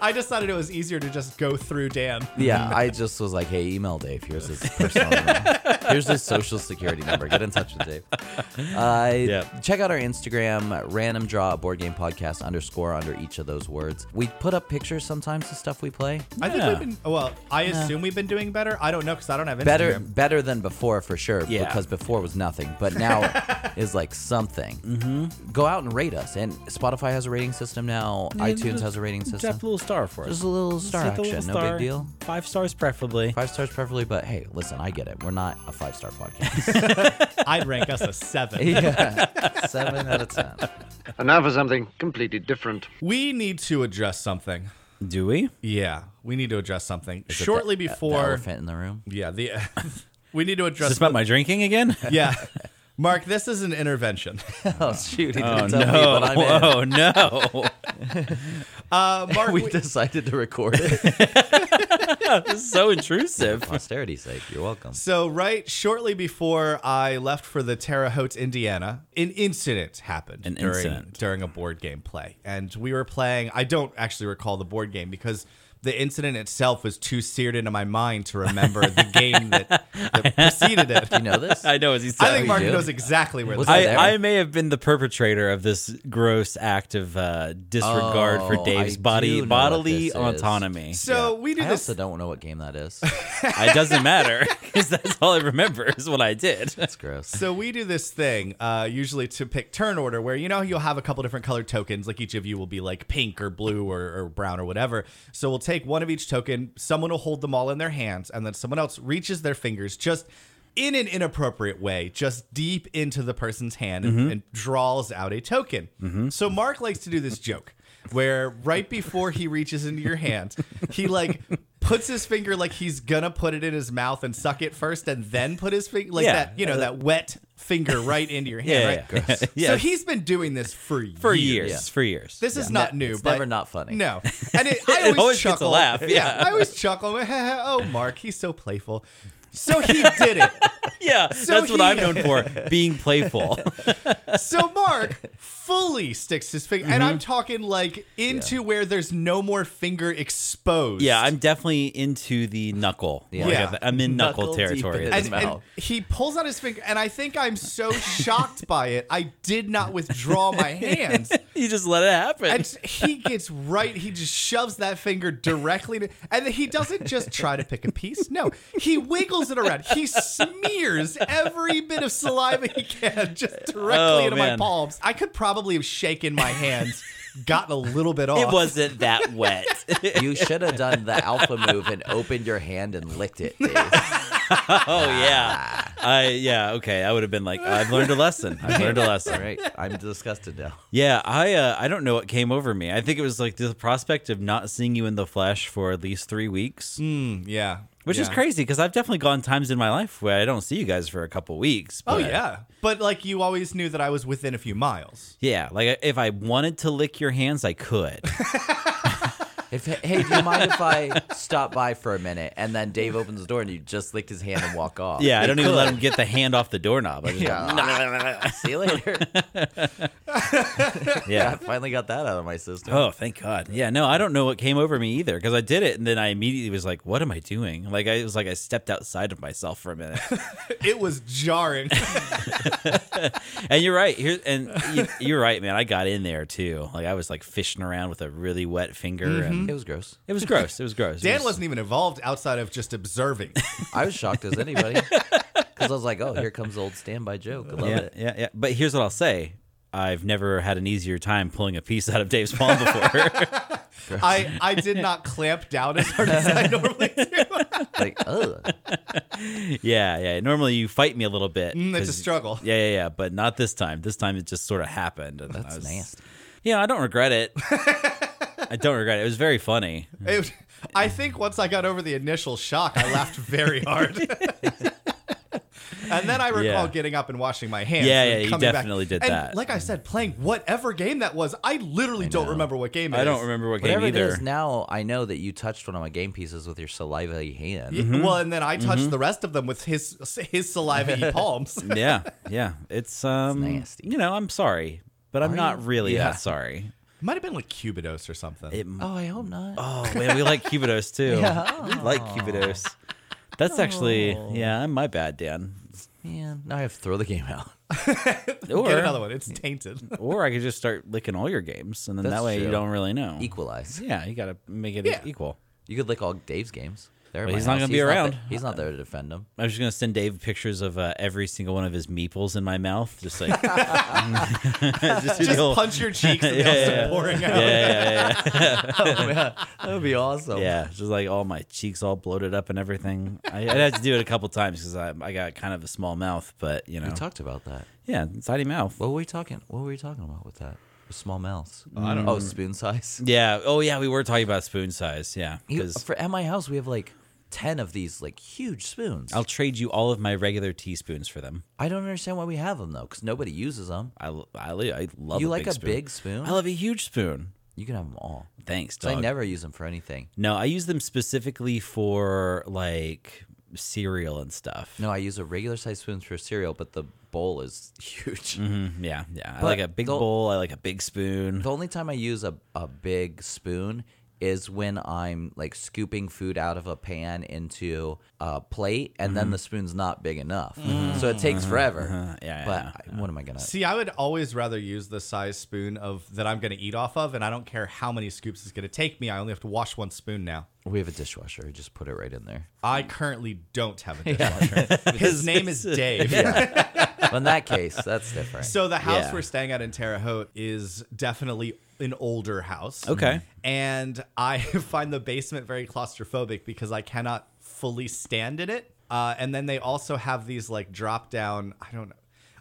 C: I decided it was easier to just go through Dan.
A: Yeah, I just was like, hey, email Dave. Here's his personal email. Here's his social security number. Get in touch with Dave. Uh,
B: Yep.
A: Check out our Instagram, random draw board game podcast underscore under each of those words. We put up pictures sometimes of stuff we play.
C: I think
B: Yeah.
C: we've been, well, I assume we've been doing better. I don't know because I don't have Instagram.
A: Better better than before for sure
B: Yeah.
A: because before was nothing, but now is like something. Mm-hmm. Go out and rate us. And Spotify has a rating system now. iTunes
B: just
A: has a rating system.
B: Drop a little star for us.
A: Just a little star
B: Just hit the
A: action,
B: little
A: no
B: star.
A: big deal.
B: Five stars preferably.
A: Five stars preferably, but hey, listen, I get it. We're not a five star podcast.
C: I'd rank us a seven.
A: yeah, seven out of ten.
D: And now for something completely different.
C: we need to address something.
B: Do we?
C: Yeah, we need to address something. Shortly
A: The-
C: before.
A: the elephant in the room.
C: yeah, the. we need to
B: Is
C: address.
B: this about my drinking again?
C: yeah. Mark, this is an intervention.
A: Oh shoot! He didn't
B: Oh
A: tell me,
B: no!
A: but I'm in.
B: Oh no!
C: Uh, Mark,
A: We
C: we-
A: decided to record it.
B: This is so intrusive.
A: Posterity's sake, you're welcome.
C: So, right shortly before I left for the Terre Haute, Indiana, an incident happened
B: An
C: during
B: incident.
C: during a board game play, and we were playing. I don't actually recall the board game because the incident itself was too seared into my mind to remember the game that, that preceded it.
A: You know this?
B: I know as he said.
C: I think
A: you
C: Mark
A: do?
C: knows exactly where.
A: Was
C: this
A: I
B: I,
A: there?
B: I may have been the perpetrator of this gross act of uh, disregard
A: Oh,
B: for Dave's
A: I do
B: body
A: know what
B: bodily
A: this is.
B: autonomy.
C: So we do
A: I
C: this.
A: also don't know what game that is.
B: it doesn't matter because that's all I remember is what I did.
A: That's gross.
C: So we do this thing, uh, usually to pick turn order, where you know you'll have a couple different colored tokens. Like each of you will be like pink or blue or, or brown or whatever. So we'll take one of each token. Someone will hold them all in their hands, and then someone else reaches their fingers just in an inappropriate way, just deep into the person's hand, and, and draws out a token. So Mark likes to do this joke where right before he reaches into your hand, he like puts his finger like he's gonna put it in his mouth and suck it first, and then put his finger like
B: Yeah.
C: that. You know that wet finger right into your hand.
B: Yeah,
C: right?
B: yeah, yeah. Gross. Yeah.
C: So he's been doing this for
B: for
C: years.
B: years,
A: Yeah.
B: for years.
C: This is not
A: Ne-
C: new,
A: it's
C: but
A: never not funny.
C: No, and it,
B: It
C: I always,
B: always gets a
C: chuckle.
B: laugh, yeah.
C: I always chuckle. oh, Mark, he's so playful. So he did it.
B: yeah, that's what
C: he-
B: I'm known for, being playful.
C: So Mark fully sticks his finger, and I'm talking like into where there's no more finger exposed.
B: yeah, I'm definitely into the knuckle.
A: Yeah.
B: Like,
C: Yeah.
B: I'm in knuckle,
A: Knuckle deep
B: territory.
A: in
B: at
A: his
B: this
C: And,
B: point.
C: and
A: mouth.
C: he pulls out his finger, and I think I'm so shocked by it, I did not withdraw my hands.
B: you just let it happen.
C: And he gets right. He just shoves that finger directly, to, and then he doesn't just try to pick a piece. No, he wiggles it around. He smears every bit of saliva he can just directly
B: Oh,
C: into
B: man.
C: my palms. I could probably have shaken my hands, gotten a little bit off.
B: it wasn't that wet.
A: You should have done the alpha move and opened your hand and licked it. Dave.
B: oh yeah, I yeah okay. I would have been like, I've learned a lesson. I've learned a lesson.
A: All right, I'm disgusted now.
B: Yeah, I uh, I don't know what came over me. I think it was like the prospect of not seeing you in the flesh for at least three weeks,
C: yeah,
B: which is
C: Mm, Yeah.
B: crazy because I've definitely gone times in my life where I don't see you guys for a couple weeks.
C: Oh
B: but-
C: yeah, but like you always knew that I was within a few miles.
B: yeah. Like if I wanted to lick your hands, I could.
A: If hey, do you mind if I stop by for a minute? And then Dave opens the door and you just lick his hand and walk off.
B: Yeah, I don't even let him get the hand off the doorknob. I just go,
A: Yeah. See you later. I
B: yeah.
A: finally got that out of my system.
B: Oh, thank God. Yeah, no, I don't know what came over me either because I did it and then I immediately was like, what am I doing? Like, I it was like, I stepped outside of myself for a minute.
C: It was jarring.
B: and you're right. Here and you, you're right, man. I got in there too. Like I was like fishing around with a really wet finger, and
A: It was gross.
B: it was gross. It was gross. It
C: Dan
B: Mm-hmm. was-
C: wasn't even involved outside of just observing.
A: I was shocked as anybody because I was like, "Oh, here comes the old standby joke." I love
B: Yeah,
A: it.
B: yeah, yeah. But here's what I'll say. I've never had an easier time pulling a piece out of Dave's palm before.
C: I I did not clamp down as hard as I normally do.
A: Like, oh,
B: yeah, yeah. Normally you fight me a little bit.
C: Mm, it's a
B: 'cause-
C: struggle.
B: Yeah, yeah, yeah. But not this time. This time it just sort of happened. And
A: that's
B: I was,
A: nasty.
B: Yeah, I don't regret it. I don't regret it. It was very funny.
C: It- I think once I got over the initial shock, I laughed very hard. and then I recall
B: Yeah.
C: getting up and washing my hands.
B: Yeah,
C: and
B: yeah, you
C: coming back.
B: definitely did
C: And
B: that.
C: Like I said, playing whatever game that was, I literally don't remember what game it
B: I don't
C: is.
B: remember what
A: Whatever
B: game
A: it
B: either.
A: is now, I know that you touched one of my game pieces with your salivary hand.
C: Y-
B: Mm-hmm.
C: Well, and then I touched the rest of them with his his saliva palms.
B: yeah, yeah. It's um
A: nasty.
B: You know, I'm sorry, but I'm not really
A: Yeah.
B: that sorry.
C: Might have been like Cubidos or something.
B: It,
A: Oh, I hope not.
B: oh man, we like Cubidos too. We like Cubidos. That's actually
A: Oh.
B: yeah, I'm my bad, Dan.
A: Man, now I have to throw the game out.
B: Or
C: Get another one. It's tainted.
B: or I could just start licking all your games, and then
A: That's
B: that way you
A: true.
B: don't really know.
A: Equalize.
B: Yeah, you gotta make it
C: Yeah.
B: equal.
A: You could lick all Dave's games. There,
B: But he's not gonna be around.
A: he's not there to defend him.
B: I was just gonna send Dave pictures of uh, every single one of his meeples in my mouth, just like just, do the
C: Just
B: whole-
C: punch your cheeks and they'll start pouring out.
B: yeah, yeah, yeah.
A: That would be awesome.
B: Yeah, just like all my cheeks all bloated up and everything. I, I'd have to do it a couple times because I, I got kind of a small mouth, but you know,
A: We talked about that.
B: yeah, tiny mouth.
A: What were we talking? What were we talking about with that? With small mouths. Oh, I don't oh spoon size.
B: Yeah. Oh yeah, we were talking about spoon size. Yeah,
A: You-
B: because
A: for at my house, we have like ten of these like huge spoons.
B: I'll trade you all of my regular teaspoons for them.
A: I don't understand why we have them though, because nobody uses them.
B: I, l- I, li- I love.
A: You
B: a
A: like
B: big
A: a
B: spoon.
A: big spoon?
B: I love a huge spoon.
A: You can have them all.
B: Thanks,
A: 'Cause
B: dog.
A: I never use them for anything.
B: No, I use them specifically for like cereal and stuff.
A: No, I use a regular sized spoon for cereal, but the bowl is huge.
B: Mm, yeah, yeah. I like a big
A: the-
B: bowl. I like a big spoon.
A: The only time I use a, a big spoon is when I'm like scooping food out of a pan into a plate, and
B: Mm-hmm.
A: then the spoon's not big enough, so it takes forever.
B: Yeah,
A: but
B: yeah,
A: I- what am I gonna?
C: See, I would always rather use the size spoon of that I'm going to eat off of, and I don't care how many scoops it's going to take me. I only have to wash one spoon now.
A: We have a dishwasher. we Just put it right in there.
C: I currently don't have a dishwasher. His name is Dave.
A: Well, in that case, that's different.
C: So the house
B: Yeah.
C: we're staying at in Terre Haute is definitely an older house.
B: Okay.
C: And I find the basement very claustrophobic because I cannot fully stand in it. Uh, and then they also have these like drop down, I don't know.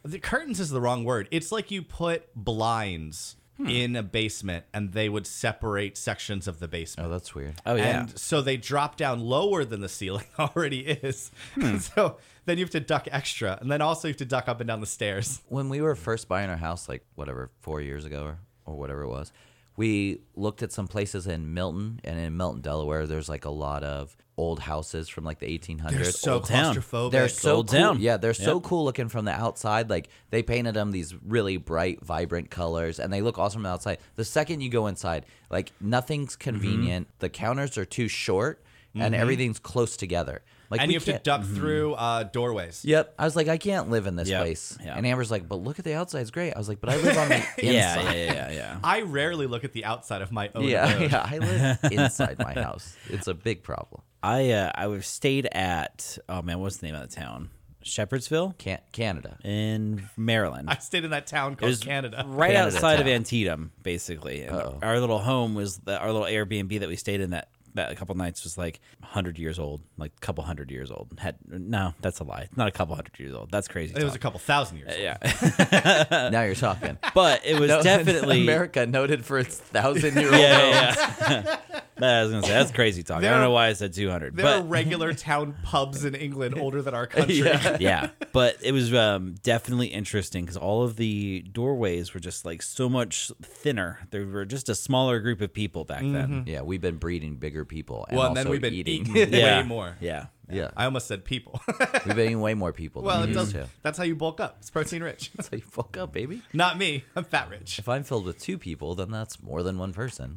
C: The curtains is the wrong word. It's like you put blinds
B: Hmm.
C: in a basement, and they would separate sections of the basement.
A: Oh, that's weird.
B: Oh yeah.
C: And so they drop down lower than the ceiling already is.
B: Hmm.
C: So then you have to duck extra. And then also you have to duck up and down the stairs.
A: when we were first buying our house, like whatever, four years ago or, or whatever it was, we looked at some places in Milton and in Milton, Delaware. There's like a lot of old houses from like the 1800s.
C: They're so
A: old
B: town.
C: claustrophobic.
A: they're so cool.
B: Sold down.
A: Yeah, they're so cool looking from the outside. Like they painted them these really bright, vibrant colors, and they look awesome from the outside. The second you go inside, like
C: Mm-hmm.
A: nothing's convenient. The counters are too short, and everything's close together. Like
C: and
A: we
C: you have to
A: can't- Mm-hmm.
C: duck through uh, doorways.
A: Yep. I was like, I can't live in this
B: Yep.
A: place.
B: Yeah.
A: And Amber's like, but look at the outside's great. I was like, but I live on the inside.
B: yeah, yeah, yeah, yeah.
C: I rarely look at the outside of my own.
A: Yeah,
C: road.
A: yeah, I live inside my house. It's a big problem.
B: I uh, I was stayed at oh man, what's the name of the town? Shepherdsville
A: Can- Canada.
B: in Maryland.
C: I stayed in that town called
B: was
C: Canada.
B: right
A: Canada
B: outside of
A: town.
B: Antietam, basically. And our little home was the, our little Airbnb that we stayed in that that a couple nights was like 100 years old, like a couple hundred years old. Had no, that's a lie. Not a couple hundred years old. That's crazy.
C: It was a
B: talk.
C: couple thousand
A: Uh,
C: years. old.
B: yeah,
A: now you're talking.
B: but it was
A: No,
B: definitely
A: America noted for its thousand year old.
B: Yeah, yeah. yeah. That- I was gonna say that's crazy talk. I
C: There-
B: don't know why I said 200,
C: There are
B: but
C: regular town pubs in England older than our country.
B: yeah, but it was um, definitely interesting because all of the doorways were just like so much thinner. There were just a smaller group of people back then.
A: Yeah, we've been breeding bigger people. And
C: Well, and then
A: also
C: we've been
A: eating.
C: eating,
B: Yeah.
C: way more.
B: Yeah,
A: Yeah,
C: I almost said people.
A: we've been eating way more people.
C: well,
A: than
C: it
A: we
C: does.
A: used to.
C: That's how you bulk up. It's protein rich.
A: That's how you fuck up, baby.
C: Not me. I'm fat rich.
A: If I'm filled with two people, then that's more than one person.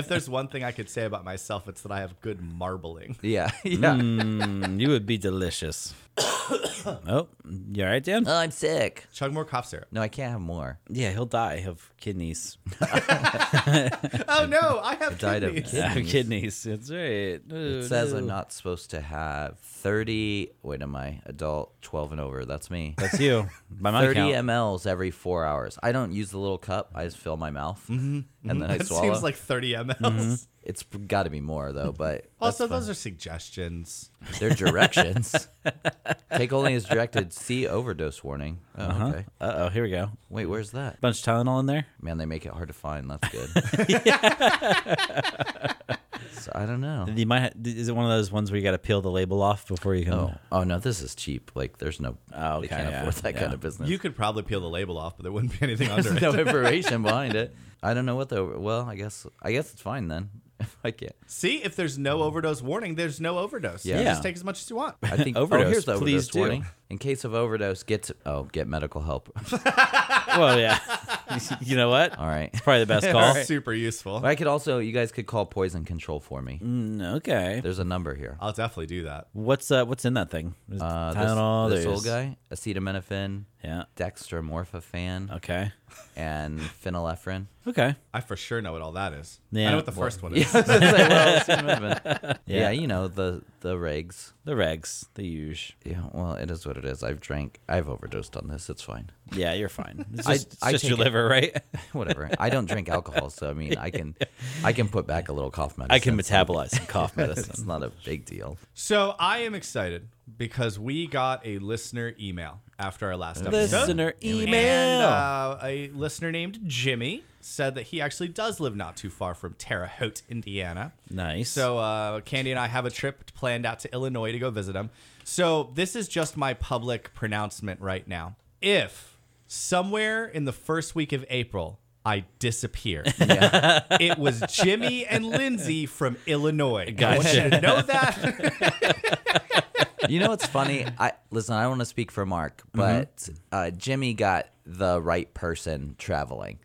C: If there's one thing I could say about myself, it's that I have good marbling.
A: yeah, yeah.
B: Hmm. you would be delicious. oh, you all right, Dan?
A: Oh, I'm sick.
C: Chug more cough syrup.
A: No, I can't have more.
B: yeah, he'll die of kidneys.
C: Oh no, I have
A: died of
C: kidneys.
A: kid-
B: Yeah,
A: Kidneys.
B: Uh, kidneys. That's right.
A: It says I'm not supposed to have 30. Wait, am I adult 12 and over? That's me.
B: That's you. By my
A: 30
B: count.
A: mLs every four hours. I don't use the little cup. I just fill my mouth
B: Mm-hmm,
A: and then I
C: That
A: swallow. Mm-hmm.
C: seems like 30 mLs.
A: it's got to be more though, but
C: Also, those are suggestions.
A: they're directions. Take only as directed. See overdose warning. Oh, okay.
B: Uh oh, here we go.
A: Wait, where's that?
B: Bunch of Tylenol in there.
A: Man, they make it hard to find. That's good. so I don't know.
B: You might. Ha- is it one of those ones where you got to peel the label off before you can?
A: Oh, oh no, this is cheap. Like there's no.
B: Oh,
A: they
B: okay,
A: can't
B: yeah,
A: afford that kind
B: yeah.
A: of business.
C: You could probably peel the label off, but there wouldn't be anything under
A: there's
C: it.
A: no information behind it. I don't know what the. Well, I guess I guess it's fine then. If I can't.
C: See, if there's no overdose warning, there's no overdose.
A: Yeah.
C: You just take as much as you want.
A: I think
B: Overdose,
A: Oh, here's the
B: please
A: overdose
B: do.
A: warning. In case of overdose, get to, oh get medical help.
B: Well, yeah. you know what?
A: All right.
B: It's probably the best call.
C: That's super useful.
A: But I could also you guys could call poison control for me.
B: Mm, okay.
A: There's a number here.
C: I'll definitely do that.
B: What's uh, what's in that thing? There's
A: Uh, this,
B: Tylenol.
A: this
B: there's-
A: old guy, acetaminophen,
B: Yeah.
A: dextromorphan,
B: Okay.
A: and phenylephrine.
B: Okay.
C: I for sure know what all that is. I
B: Yeah.
C: know what the
B: Well,
C: first one
A: Yeah,
C: is.
A: I was gonna say, well, acetaminophen.
B: Yeah.
A: Yeah, you know the the regs.
B: The regs. The huge.
A: Yeah, well, it is what it is. I've drank. I've overdosed on this. It's fine.
B: Yeah, you're fine. It's
A: I-
B: just, it's
A: I
B: just
A: take
B: your
A: it.
B: liver, right?
A: Whatever. I don't drink alcohol, so I mean, I can, I can put back a little cough medicine.
B: I can
A: It's not-
B: metabolize some cough
A: It's
B: medicine.
A: not a big deal.
C: So I am excited because we got a listener email after our last episode.
B: Listener
C: And
B: email.
C: uh, a listener named Jimmy said that he actually does live not too far from Terre Haute, Indiana.
B: nice.
C: So uh, Candy and I have a trip planned out to Illinois to go visit him. So this is just my public pronouncement right now. If somewhere in the first week of April I disappear, it was Jimmy and Lindsay from Illinois. I want you to know that.
A: You know what's funny? I listen. I don't want to speak for Mark,
B: Mm-hmm.
A: but uh, Jimmy got the right person traveling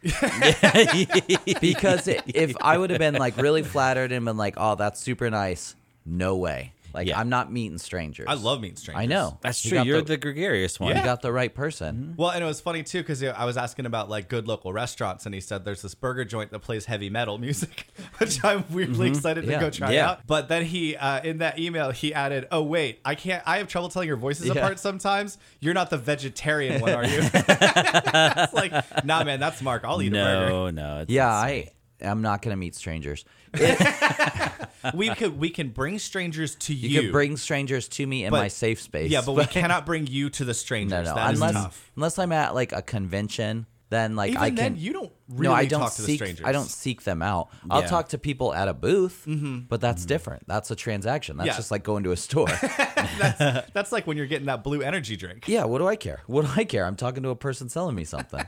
A: because i if I would have been like really flattered and been like, "Oh, that's super nice," no way. Like
B: Yeah.
A: I'm not meeting strangers.
C: I love meeting strangers.
A: I know
B: That's
A: He
B: true.
A: got
B: You're the, Mm-hmm. gregarious one.
A: You got the right person.
C: Well, and it was funny too because I was asking about like good local restaurants, and he said there's this burger joint that plays heavy metal music, which I'm weirdly excited
A: Mm-hmm. Yeah.
C: to go try
B: Yeah.
C: out. But then he, uh, in that email, he added, "Oh wait, I can't. I have trouble telling your voices
A: Yeah.
C: apart sometimes. You're not the vegetarian one, are you?" it's like, nah, man, that's Mark. I'll eat a
B: No, no. It's,
A: Yeah,
B: it's-
A: I. I'm not gonna meet strangers.
C: burger. We could we can bring strangers to
A: You,
C: you.
A: can bring strangers to me in my safe space.
C: yeah, but we cannot bring you to the strangers. That is
A: unless
C: tough.
A: unless I'm at like a convention then like
C: Even
A: I can
C: then, you don't really
A: no, I don't
C: talk to the
A: seek,
C: strangers. Mm-hmm.
A: I don't seek them out. I'll
B: Yeah.
A: talk to people at a booth, but that's different. That's a transaction. That's
C: Yeah.
A: just like going to a store.
C: That's like when you're getting that blue energy drink.
A: yeah, what do I care? What do I care? I'm talking to a person selling me something.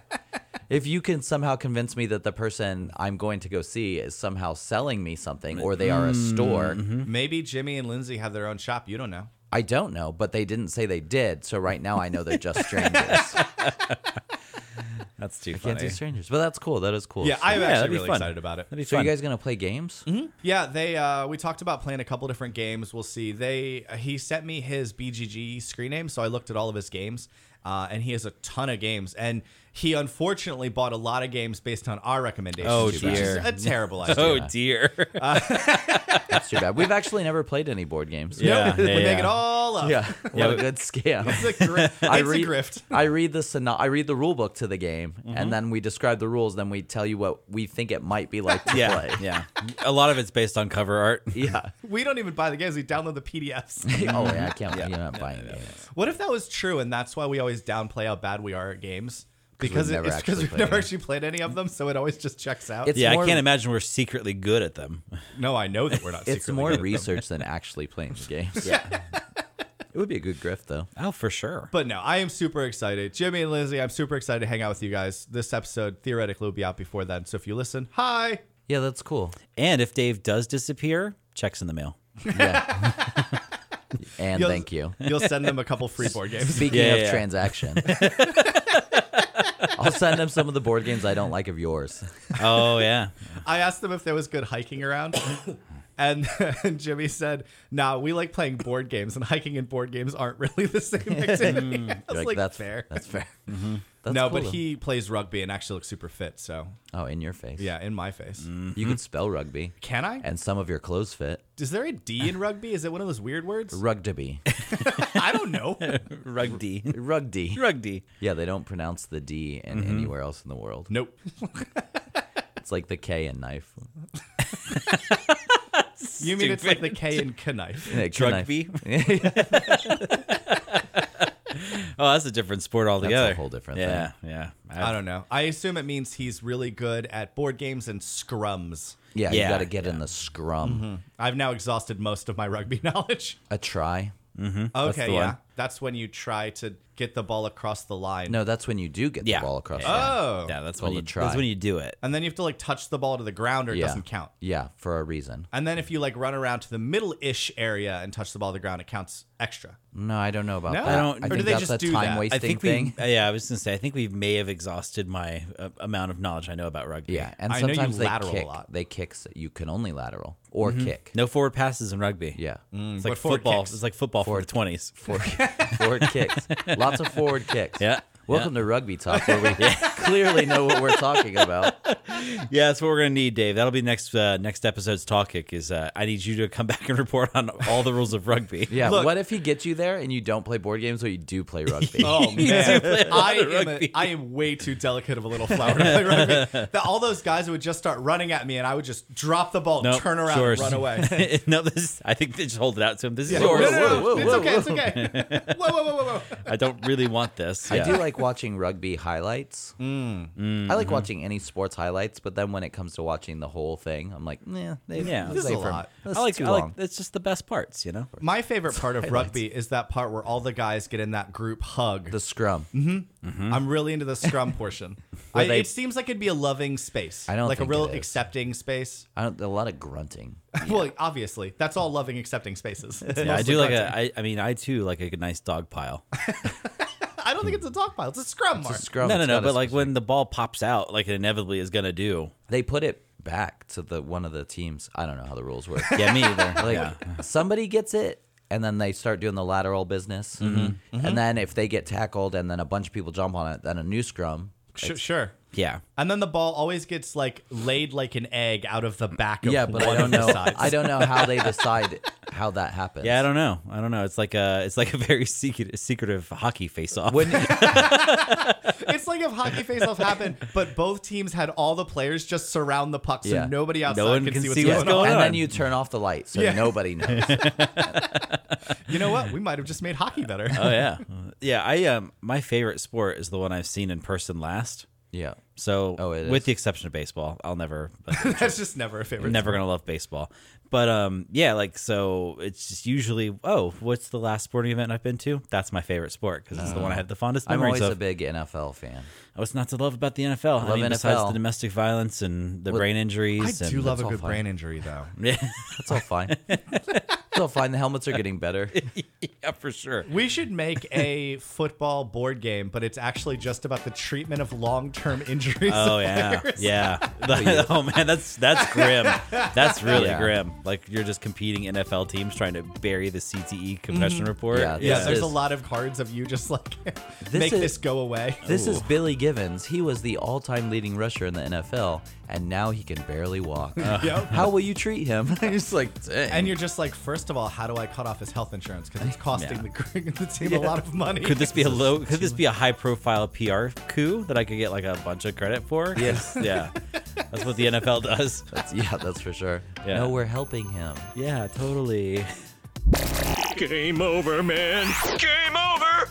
A: if you can somehow convince me that the person I'm going to go see is somehow selling me something or they are a store,
C: Maybe Jimmy and Lindsay have their own shop. You don't know.
A: I don't know, but they didn't say they did. So right now I know they're just strangers.
B: That's too
A: Can't
B: funny.
A: do strangers. But that's cool. That is cool.
C: Yeah,
A: so,
C: I'm
B: Yeah, that'd
C: actually
B: be
C: really
B: fun.
C: excited about it.
B: That'd be
A: so
B: fun.
A: you guys going to play games?
C: Yeah, they uh, we talked about playing a couple different games. We'll see. They he sent me his BGG screen name, so I looked at all of his games, uh, and he has a ton of games. And he unfortunately bought a lot of games based on our recommendations.
B: Oh,
C: which is
B: dear.
C: a terrible idea.
B: oh dear.
A: That's too bad. We've actually never played any board games.
B: Yeah,
C: we
B: yeah,
C: make
B: yeah.
C: it all up.
A: Yeah. What
B: Yeah,
A: a
B: but-
A: good scam.
C: It's a, gri- it's
A: I
C: a
A: read,
C: grift.
A: I read the syno- I read the rule book to the game, and then we describe the rules. Then we tell you what we think it might be like to play.
B: yeah, yeah. A lot of it's based on cover art.
A: Yeah.
C: We don't even buy the games. We download the PDFs.
A: oh, yeah, I can't. You're not buying games.
C: what if that was true? And that's why we always downplay how bad we are at games because
A: we've
C: it-
A: never
C: it's because
A: actually
C: we've
A: played
C: never
A: them.
C: actually played any of them, so it always just checks out.
A: It's
B: yeah,
A: more-
B: I can't imagine we're secretly good at them.
C: no, I know that we're not.
A: It's
C: secretly
A: more
C: good at them.
A: research than actually playing the games. Yeah. it would be a good grift though.
B: Oh, for sure.
C: But no, I am super excited. Jimmy and Lindsay, I'm super excited to hang out with you guys. This episode theoretically will be out before then. So if you listen, hi.
A: Yeah, that's cool.
B: and if Dave does disappear, checks in the mail.
A: Yeah. and
C: You'll-
A: thank you.
C: You'll send them a couple free board games.
A: Speaking
B: Yeah,
A: of
B: yeah.
A: transaction, I'll send them some of the board games I don't like of yours.
B: Oh yeah.
C: I asked them if there was good hiking around. And, and Jimmy said, nah, we like playing board games, and hiking and board games aren't really the same activity. I was
A: Mm. You're
C: like,
A: that's
C: fair. Mm-hmm.
A: That's fair. That's
C: no,
A: cool,
C: but
A: though.
C: he plays rugby and actually looks super fit. So,
A: Oh, in your face.
C: yeah, in my face.
A: You could spell rugby.
C: Can I?
A: Mm. And some of your clothes fit.
C: Is there a D in rugby? Is it one of those weird words?
A: Rugby.
C: I don't know.
B: Rugdy.
A: Rugby.
B: Rugdy.
A: Yeah, they don't pronounce the D in
C: Mm-hmm.
A: anywhere else in the world.
C: Nope.
A: It's like the K in knife.
C: You mean it's like the K in knife?
A: Yeah, knife.
B: Rugby. Oh, that's a different sport altogether.
A: whole different
B: yeah, Yeah,
C: I don't know. I assume it means he's really good at board games and scrums.
A: Yeah, you
B: Yeah,
A: got to get in the scrum.
C: I've now exhausted most of my rugby knowledge.
A: A try.
C: Okay,
B: the
C: yeah.
B: one.
C: That's when you try to get the ball across the line.
A: No, that's when you do get
B: Yeah.
A: the ball across.
B: Yeah.
A: the line.
C: Oh.
B: Yeah, that's
A: Well,
B: when
A: you
B: you
A: try.
B: That's when you do it.
C: And then you have to like touch the ball to the ground or it
A: yeah.
C: Oh, doesn't count.
A: Yeah, for a reason.
C: And then if you like run around to the middle ish area and touch the ball to the ground, it counts extra.
A: No, I don't know about
C: No?
A: that.
C: I
B: don't-
A: I
B: or do
A: think
C: they
A: that's
C: just
A: a
C: do
A: time
C: that? I
A: wasting
B: I think
A: thing.
B: we. Yeah, I was gonna say. I think we may have exhausted my uh, amount of knowledge I know about rugby.
A: Yeah, and
C: I know you
A: sometimes they
C: lateral a
A: kick.
C: lot. Mm-hmm.
A: They kick. so You can only lateral or kick.
B: No forward passes in rugby.
A: Yeah,
B: It's like
C: but forward
B: football.
C: kicks.
B: It's like football for the twenties.
A: forward, forward kicks. Lots of forward kicks.
B: Yeah.
A: Welcome to rugby talk, where we clearly know what we're talking about.
B: Yeah, that's what we're gonna need, Dave. That'll be next uh, next episode's talk kick. Is uh, I need you to come back and report on all the rules of rugby.
A: Yeah.
C: Look-
A: what if he gets you there and you don't play board games, or you do play rugby?
C: Oh man, I
B: of
C: am, a,
B: rugby.
C: I am way too delicate of a little flower to play rugby. The- all those guys would just start running at me, and I would just drop the ball,
B: Nope,
C: turn around,
B: yours.
C: and run away.
B: no, this. Is, I think they just hold it out to him. This is
C: No,
B: yours.
C: no, no, no,
A: Whoa, whoa, whoa,
C: it's okay. It's okay. whoa, whoa, whoa, whoa, whoa.
B: I don't really want this.
A: I
B: Yeah. Mm. Mm-hmm.
A: do like watching rugby highlights. I like watching any sports highlights, but then when it comes to watching the whole thing, I'm like, nah, they,
B: Yeah.
A: they
B: This
C: is a
A: for-
C: lot.
A: this
B: I
A: is
B: like.
A: too
B: I like.
A: long.
B: It's just the best parts, you know.
C: My favorite part of rugby is that part where all the guys get in that group hug.
A: the scrum.
C: I'm really into the scrum portion. I,
A: they-
C: it seems like it'd be a loving space,
A: I don't
C: like a
A: think
C: real
A: it is.
C: accepting space.
A: I don't. A lot of grunting.
C: Well, obviously, that's all loving, accepting spaces. It's
B: Yeah, I
C: mostly
B: do like
C: content.
B: a. I, I mean, I too like a nice dog pile.
C: I don't think it's a dog pile. It's a scrum. Mark.
A: Scrum.
B: no, no,
A: it's
B: no.
A: got a
B: But like
A: specific-
B: when the ball pops out, like it inevitably is gonna do.
A: they put it back to the one of the teams. I don't know how the rules work.
B: Yeah, me either.
A: Like
B: yeah.
A: somebody gets it, and then they start doing the lateral business,
C: Mm-hmm.
A: and then if they get tackled, and then a bunch of people jump on it, then a new scrum.
C: Sure, sure.
B: Yeah.
C: And then the ball always gets like laid like an egg out of the back of
A: Yeah, but
C: one
A: I don't
C: of the
A: know.
C: sides.
A: I don't know how they decide how that happens.
B: Yeah, I don't know. I don't know. It's like a. It's like a very secret, secretive hockey face-off.
C: It's like if hockey face-off happened, but both teams had all the players just surround the puck, so
A: Yeah.
C: nobody outside
B: one
C: can,
B: can
C: see what's
B: see
C: going,
B: what's going
C: on.
A: and
B: on.
A: then you turn off the light so
C: Yeah.
A: nobody knows.
C: You know what? We might have just made hockey better.
B: oh yeah, yeah. I um, my favorite sport is the one I've seen in person last.
A: Yeah.
B: So,
A: Oh, it
B: with
A: is.
B: the exception of baseball, I'll never. But
C: That's just never a favorite.
B: never gonna love baseball. But um, yeah, like so, it's just usually oh, what's the last sporting event I've been to? That's my favorite sport because it's the one I had the fondest
A: Uh, I'm
B: memories
A: always a
B: of.
A: big NFL fan.
B: What's not to love about the NFL? I
A: Love
B: mean, besides
A: NFL.
B: the domestic violence and the
A: Well,
B: brain
C: I
B: injuries.
C: do
B: and
C: love a
A: all
C: good
A: fine.
C: brain injury though.
B: yeah,
A: That's all fine. it's all fine. The helmets are getting better.
B: yeah, for sure.
C: We should make a football board game, but it's actually just about the treatment of long-term injuries.
B: Oh yeah, yeah. oh man, that's that's grim. That's really
A: Yeah.
B: grim. Like you're just competing NFL teams trying to bury the CTE concussion report.
A: Mm-hmm. Yeah,
C: Yeah,
A: This
C: there's
A: is-
C: a lot of cards of you just like make
A: is-
C: this go away.
A: This is Billy Givens. He was the all-time leading rusher in the NFL, and now he can barely walk.
C: Yep.
A: How will you treat him? It's like, dang.
C: And you're just like, first of all, how do I cut off his health insurance? Because it's costing the, the team a lot of money.
B: Could this be a low? Could this be a high-profile PR coup that I could get like a bunch of credit for?
A: Yes.
B: yeah, that's what the NFL does.
A: That's- yeah, that's for sure.
B: Yeah.
A: No, we're helping him.
B: Yeah, totally.
E: Game over, man. Game over.